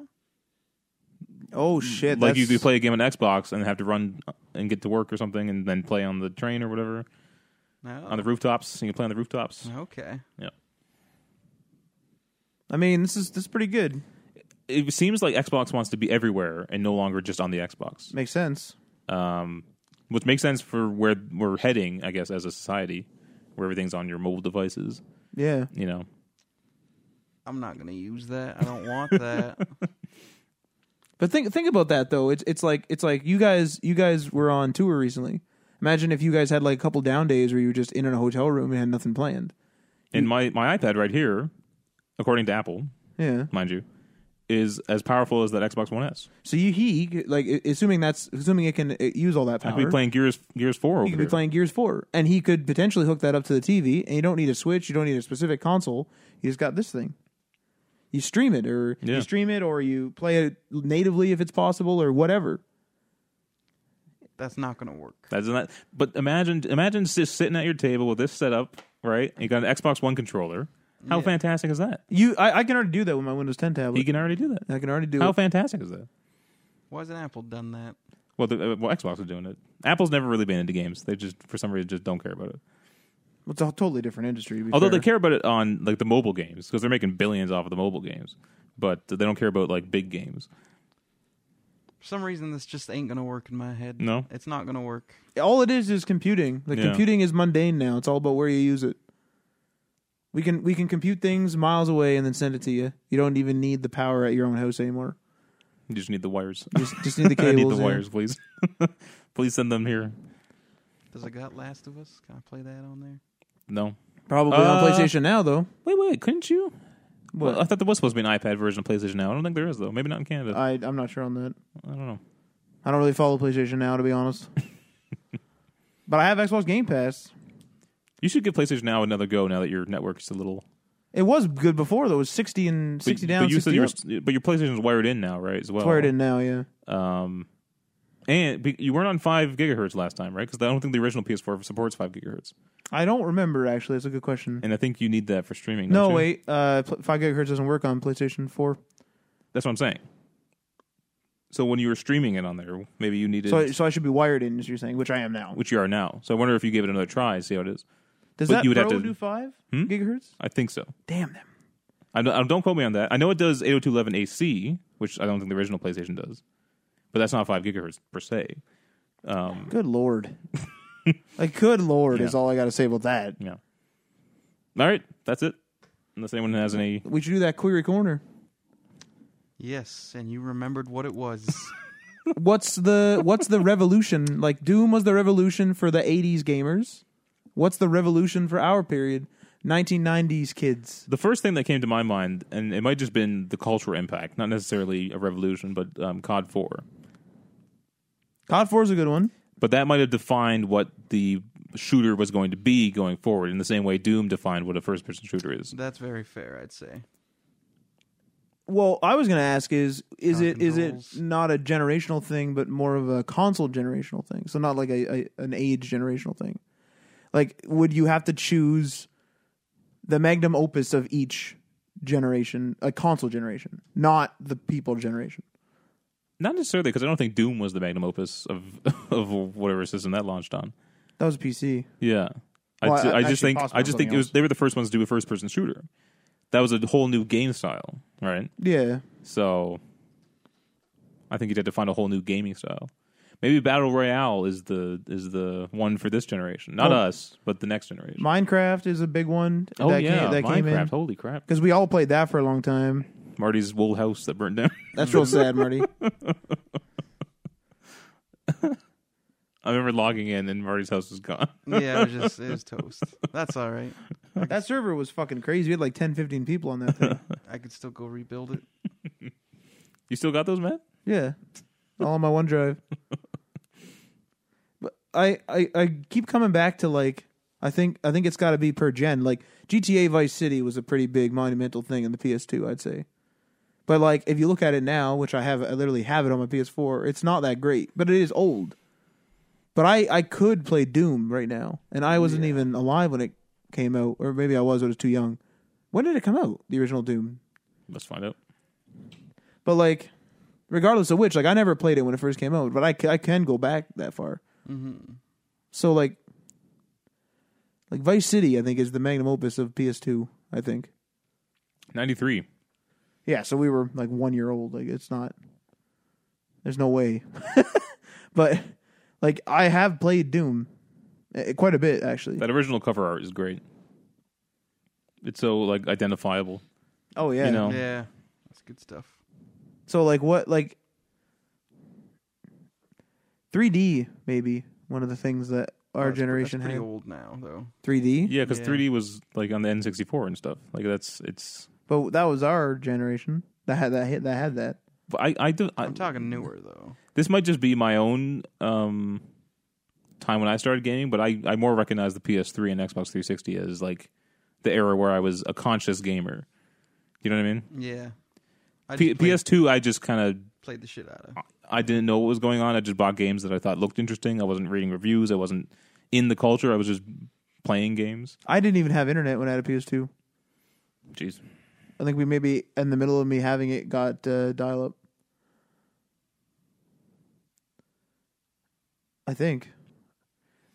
C: oh shit!
A: like Mm,
C: that's- oh,
A: you could play a game on Xbox and have to run and get to work or something, and then play on the train or whatever on the
B: No.
A: rooftops. You can play on the rooftops.
C: Mm.
B: Okay.
C: I mean, this is this is pretty good.
A: It seems like Xbox wants to be everywhere and no longer just on the Xbox,
C: Makes sense.
A: um, which makes sense for where we're heading, I guess, as a society, where everything's on your mobile devices.
C: Yeah.
A: You know,
B: I'm not gonna use that. I don't want that.
C: But think think about that though. It's it's like it's like you guys you guys were on tour recently. Imagine if you guys had like a couple down days where you were just in a hotel room and had nothing planned. Mm.
A: and my my iPad right here, according to Apple,
C: Yeah.
A: mind you, is as powerful as that Xbox One S.
C: So you he like a- assuming that's assuming it can uh, use all that
A: I
C: power.
A: could be playing Gears Gears Four over
C: he could be
A: here.
C: playing Gears Four, and he could potentially hook that up to the TV. And you don't need a Switch, you don't need a specific console. You just got this thing. You stream it, or
A: Yeah.
C: you stream it, or you play it natively if it's possible, or whatever.
B: That's not gonna work.
A: That's not. But imagine, imagine just sitting at your table with this setup, right? You got an Xbox One controller. How fantastic is that?
C: You, I, I can already do that with my Windows 10 tablet.
A: You can already do that.
C: I can already do
A: How
C: it.
A: fantastic is that?
B: Why hasn't Apple done that?
A: Well, the, uh, well, Xbox is doing it. Apple's never really been into games. They just, for some reason, just don't care about it.
C: It's a totally different industry. to be
A: Although
C: fair.
A: they care about it on like the mobile games because they're making billions off of the mobile games, but they don't care about like big games.
B: For some reason, this just ain't gonna work in my head.
A: No?
B: it's not gonna work.
C: all it is is computing. Like
A: Yeah.
C: computing is mundane now. It's all about where you use it. We can we can compute things miles away and then send it to you. You don't even need the power at your own house anymore.
A: You just need the wires.
C: Just just need the
A: I
C: cables.
A: need the
C: yeah.
A: wires, please. please send them here.
B: Does it got Last of Us? Can I play that on there?
A: No.
C: Probably
A: Uh,
C: on PlayStation now though.
A: Wait, wait. Couldn't you?
C: What?
A: Well, uh, I thought there was supposed to be an iPad version of PlayStation Now. I don't think there is though. Maybe not in Canada.
C: I I'm not sure on that.
A: I don't know.
C: I don't really follow PlayStation now to be honest. but I have Xbox Game Pass.
A: You should give PlayStation Now another go now that your network's a little
C: It was good before though. It was sixty and sixty down.
A: But you
C: 60
A: said you
C: up.
A: were, uh, but your PlayStation's wired in now, right? As well,
C: That's where it is now. Yeah.
A: Um, and be- you weren't on five gigahertz last time, right? Because I don't think the original PS4 supports five gigahertz,
C: I don't remember actually. It's a good question.
A: and I think you need that for streaming.
C: No
A: don't you?
C: wait. Uh, pl- five gigahertz doesn't work on PlayStation Four.
A: that's what I'm saying. So when you were streaming it on there, maybe you needed,
C: So, I, so I should be wired in, as you're saying, which I am now.
A: which you are now. So I wonder if you gave it another try, see how it is.
C: Does
A: but
C: that
A: you would
C: Pro
A: have to- Hmm?
C: do five gigahert's?
A: I think so.
C: Damn them!
A: I don't, I don't quote me on that. I know it does 802.11ac, which I don't think the original PlayStation does, but that's not five gigahertz per se.
C: Good lord! like, good lord is
A: Hmm. Yeah. Hmm.
C: all I got to say about that.
A: Yeah. All right, that's it. Unless anyone has any
C: We should do that query corner.
B: Yes, and you remembered what it was.
C: What's the what's the revolution? Like Doom was the revolution for the '80s gamers. What's the revolution for our period, 1990s kids?
A: The first thing that came to my mind, and it might just been the cultural impact, not necessarily a revolution, but um, COD Four.
C: COD 4 is a good one.
A: But that might have defined what the shooter was going to be going forward, in the same way Doom defined what a first-person shooter is.
B: That's very fair, I'd say.
C: Well, I was going to ask is is
B: Shock
C: it is
B: controls.
C: it not a generational thing, but more of a console generational thing? So not like a, a an age generational thing. Like, would you have to choose the magnum opus of each generation, a console generation, not the people generation?
A: Not necessarily, because I don't think Doom was the magnum opus of of whatever system that launched on.
C: That was PC.
A: Yeah,
C: Well,
A: I, ju-
C: I-
A: I
C: I
A: just
C: actually
A: think
C: paused
A: I
C: on
A: just think
C: something
A: it was
C: else.
A: they were the first ones to do a first-person shooter. That was a whole new game style, right?
C: Yeah,
A: So I think you'd have to find a whole new gaming style. Maybe battle royale is the is the one for this generation, not
C: Oh.
A: us, but the next generation.
C: Minecraft is a big one.
A: oh
C: that
A: yeah,
C: came, that
A: Minecraft!
C: came in
A: Holy crap!
C: because we all played that for a long time.
A: Marty's wool house that burned down.
C: That's real sad, Marty.
A: I remember logging in and Marty's house was gone.
B: Yeah, it was just it was toast. That's all right.
C: That server was fucking crazy. We had like 10, 15 people on that thing.
B: I could still go rebuild it.
A: You still got those, man?
C: Yeah, all on my OneDrive. but I, I I keep coming back to like I think I think it's got to be per gen. Like GTA Vice City was a pretty big monumental thing in the PS2, I'd say. But like if you look at it now, which I have I literally have it on my PS4, it's not that great, but it is old. But I I could play Doom right now, and I wasn't even alive when it came out, or maybe I was, I was too young. When did it come out? The original Doom,
A: Let's find out.
C: but like, regardless of which, like I never played it when it first came out, but I, ca- I can go back that far. So like, like Vice City, I think is the magnum opus of PS2. I think.
A: 93.
C: Yeah, so we were like one year old. Like it's not. There's no way. but like I have played Doom eh, quite a bit actually.
A: That original cover art is great. It's so like identifiable.
C: oh yeah.
A: you know.
B: Yeah, that's good stuff.
C: So like what like 3D maybe one of the things that
B: That's-
C: our
B: that's
C: generation
B: pretty
C: had.
B: old now though.
C: 3D.
A: Yeah, because
B: Yeah.
A: 3D was like on the N64 and stuff. Like that's it's.
C: But that was our generation that had that hit that had that.
A: but I I, do, I
B: I'm talking newer though.
A: this might just be my own um time when I started gaming, but I I more recognize the PS3 and Xbox 360 as like the era where I was a conscious gamer. You know what I mean?
B: Yeah, I
A: P-
B: just played,
A: PS2, I just kind of
B: played the shit out of.
A: I didn't know what was going on. I just bought games that I thought looked interesting. I wasn't reading reviews. I wasn't in the culture. I was just playing games.
C: I didn't even have internet when I had a PS2.
A: Jeez.
C: I think we maybe in the middle of me having it got uh, dial up. I think.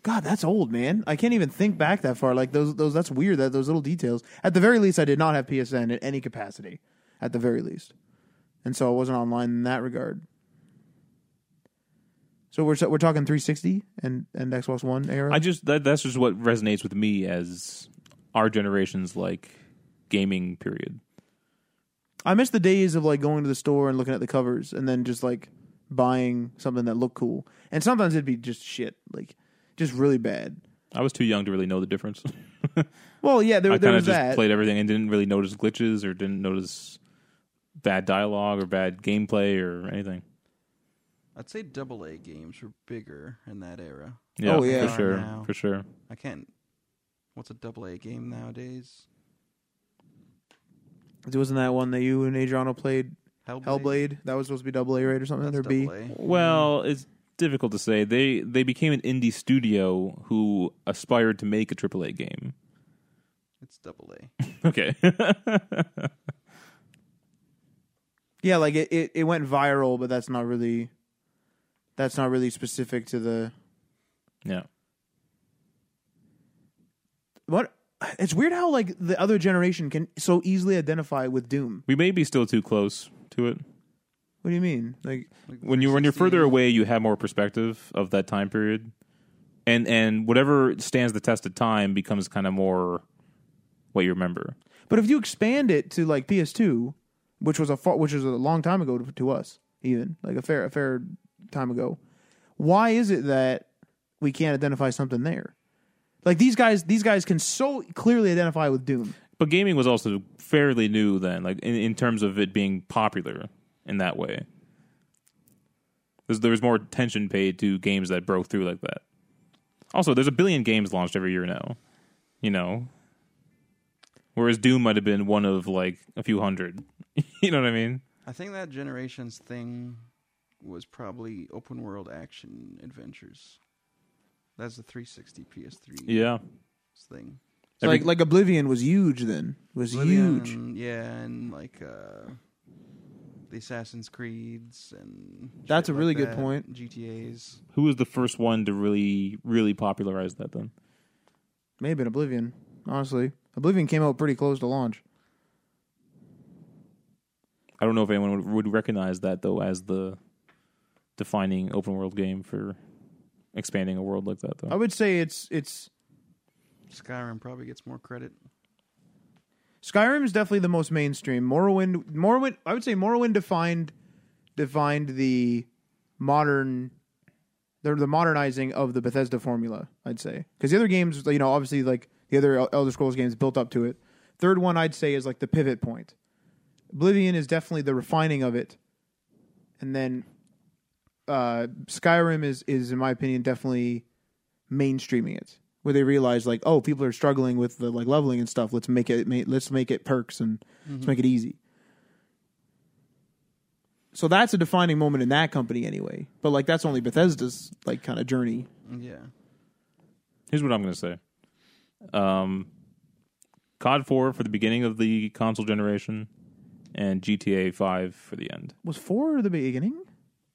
C: God, that's old, man. I can't even think back that far. Like those, those. That's weird. That those little details. At the very least, I did not have PSN in any capacity. At the very least, and so I wasn't online in that regard. So we're so we're talking 360 and and Xbox One era.
A: I just that that's just what resonates with me as our generation's like gaming period.
C: I miss the days of like going to the store and looking at the covers and then just like buying something that looked cool. And sometimes it'd be just shit, like just really bad.
A: I was too young to really know the difference.
C: Well, yeah, there,
A: I
C: there
A: kind of
C: was
A: just
C: that.
A: played everything and didn't really notice glitches or didn't notice bad dialogue or bad gameplay or anything.
B: I'd say double A games were bigger in that era.
A: Yeah,
C: Oh, yeah.
A: for sure,
B: Now.
A: for sure.
B: I can't. What's a double A game nowadays?
C: It wasn't that one that you and Adriano played Hellblade. That was supposed to be double A right or something.
B: That's
C: or
B: double A.
C: B.
A: Well, it's difficult to say. They they became an indie studio who aspired to make a AAA game.
B: It's double A.
A: Okay.
C: Yeah, like it, it, it went viral, but that's not really that's not really specific to the
A: yeah.
C: what. It's weird how like the other generation can so easily identify with Doom.
A: We may be still too close to it.
C: What do you mean? Like
B: Like
A: when you when you're
B: 360.
A: further away, you have more perspective of that time period, and and whatever stands the test of time becomes kind of more what you remember.
C: But if you expand it to like PS2, which was a far, which was a long time ago to, to us, even like a fair a fair time ago, why is it that we can't identify something there? Like these guys, these guys can so clearly identify with Doom.
A: But gaming was also fairly new then, like in, in terms of it being popular in that way. There's, there was more attention paid to games that broke through like that. Also, there's a billion games launched every year now, you know. Whereas Doom might have been one of like a few hundred. you know what I mean?
B: I think that generation's thing was probably open world action adventures. That's the 360 PS3
A: Yeah.
B: thing.
C: So
A: Every-
C: like like Oblivion was huge then. Was huge.
B: Oblivion, Yeah, and like uh, the Assassin's Creeds and
C: That's
B: shit
C: a really
B: like
C: good
B: that,
C: point.
B: GTA's.
A: Who was the first one to really, really popularize that then?
C: May have been Oblivion, honestly. Oblivion came out pretty close to launch.
A: I don't know if anyone would, would recognize that though as the defining open world game for expanding a world like that though.
C: I would say it's it's
B: Skyrim probably gets more credit.
C: Skyrim is definitely the most mainstream. Morrowind, Morrowind, I would say Morrowind defined defined the modern, the, the modernizing of the Bethesda formula. I'd say because the other games, you know, obviously like the other El- Elder Scrolls games built up to it. Third one, I'd say, is like the pivot point. Oblivion is definitely the refining of it, and then uh, Skyrim is is in my opinion definitely mainstreaming it where they realize like oh people are struggling with the like leveling and stuff let's make it ma- let's make it perks and let's make it easy so that's a defining moment in that company anyway but like that's only bethesda's like kind of journey
B: Yeah.
A: Here's what I'm going to say. Um, COD 4 for the beginning of the console generation and GTA 5 for the end.
C: Was four the beginning?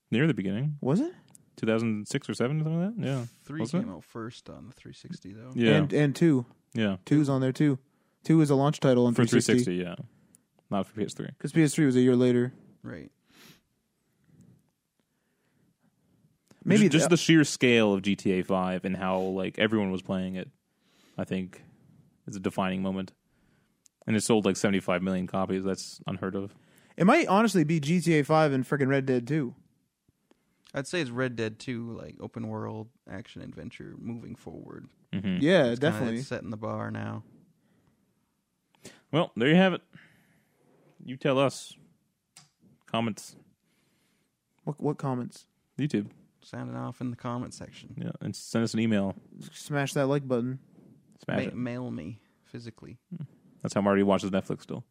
A: Near the beginning,
C: Was it?
A: 2006 or 7, something like that? Yeah.
B: Three
A: What's
B: came
A: that?
B: out first on the 360 though.
A: Yeah.
C: And and two.
A: yeah.
C: Two's on there too. Two is a launch title on
A: For
C: 360.
A: 360, yeah. Not for PS3.
C: Because PS3 was a year later.
B: Right.
C: Maybe
A: just, just the sheer scale of GTA 5 and how like everyone was playing it, I think, is a defining moment. And it sold like 75 million copies. That's unheard of.
C: it might honestly be GTA 5 and freaking Red Dead 2.
B: I'd say it's Red Dead 2, like open world action adventure moving forward.
A: hmm
B: It's
C: Yeah,
B: kinda-
C: definitely.
B: it's setting the bar now.
A: Well, there you have it. You tell us. Comments,
C: What what comments?
A: YouTube,
B: Sounding off in the comment section.
A: yeah, and send us an email.
C: Smash that like button.
A: Smash
B: Ma-
A: it.
B: mail me physically.
A: That's how Marty watches Netflix still.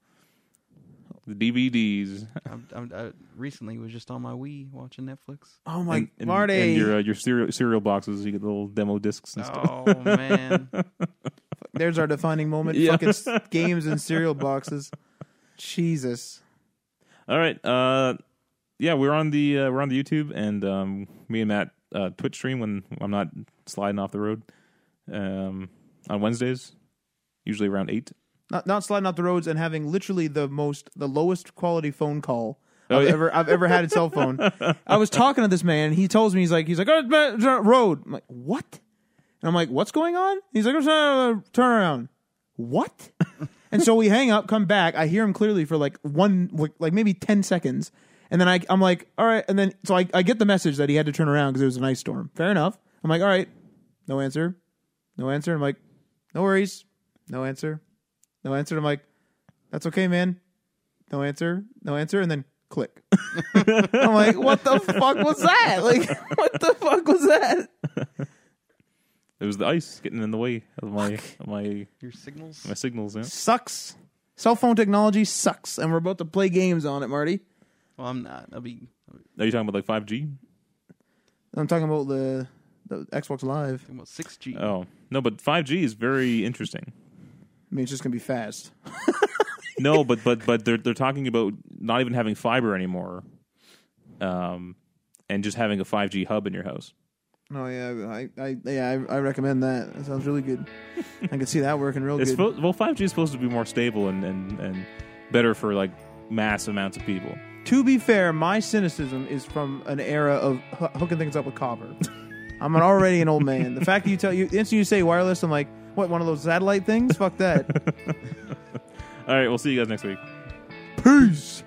A: The DVDs.
B: I'm, I'm, I recently was just on my Wii watching Netflix.
C: Oh my,
A: and, and-
C: Marty.
A: and your uh, your cereal, cereal boxes. You get little demo discs and stuff.
B: Oh man,
C: There's our defining moment.
A: Yeah.
C: Fucking s- games and cereal boxes. Jesus.
A: All right. Uh, yeah, we're on the uh, we're on the YouTube, and um, me and Matt uh, Twitch stream when I'm not sliding off the road um, on Wednesdays, usually around eight.
C: Not not sliding out the roads and having literally the most the lowest quality phone call I've
A: yeah.
C: ever I've ever had a cell phone. I was talking to this man and he tells me he's like he's like oh, man, it's not road. I'm like what? And I'm like what's going on? He's like "It's not a turn around. What? and so we hang up, come back. I hear him clearly for like one like- like maybe ten seconds, and then I I'm like all right, and then so I I get the message that he had to turn around because it was an ice storm. Fair enough. I'm like all right, no answer, no answer. I'm like no worries, no answer. No answer. I'm like, that's okay, man. No answer. No answer. And then click. I'm like, what the fuck was that? Like, what the fuck was that?
A: It was the ice getting in the way of my of my
B: your signals.
A: my signals. Yeah.
C: Sucks. Cell phone technology sucks. And we're about to play games on it, Marty.
B: Well, I'm not. I'll be. I'll be
A: Are you talking about like five G?
C: I'm talking about the, the Xbox Live.
B: talking about six G.
A: Oh no, but five G is very interesting.
C: I mean, it's just going to be fast.
A: No, but but but they're they're talking about not even having fiber anymore, um, and just having a five G hub in your house.
C: Oh, yeah. I, I, yeah, I, I recommend that. That sounds really good. I can see that working real
A: It's
C: good.
A: supposed, well, five G is supposed to be more stable and, and, and better for like mass amounts of people.
C: To be fair, my cynicism is from an era of hoo- hooking things up with copper. I'm an, already an old man. The fact that you tell you the instant you say wireless, I'm like, what? One of those satellite things? Fuck that.
A: All right, we'll see you guys next week.
C: Peace.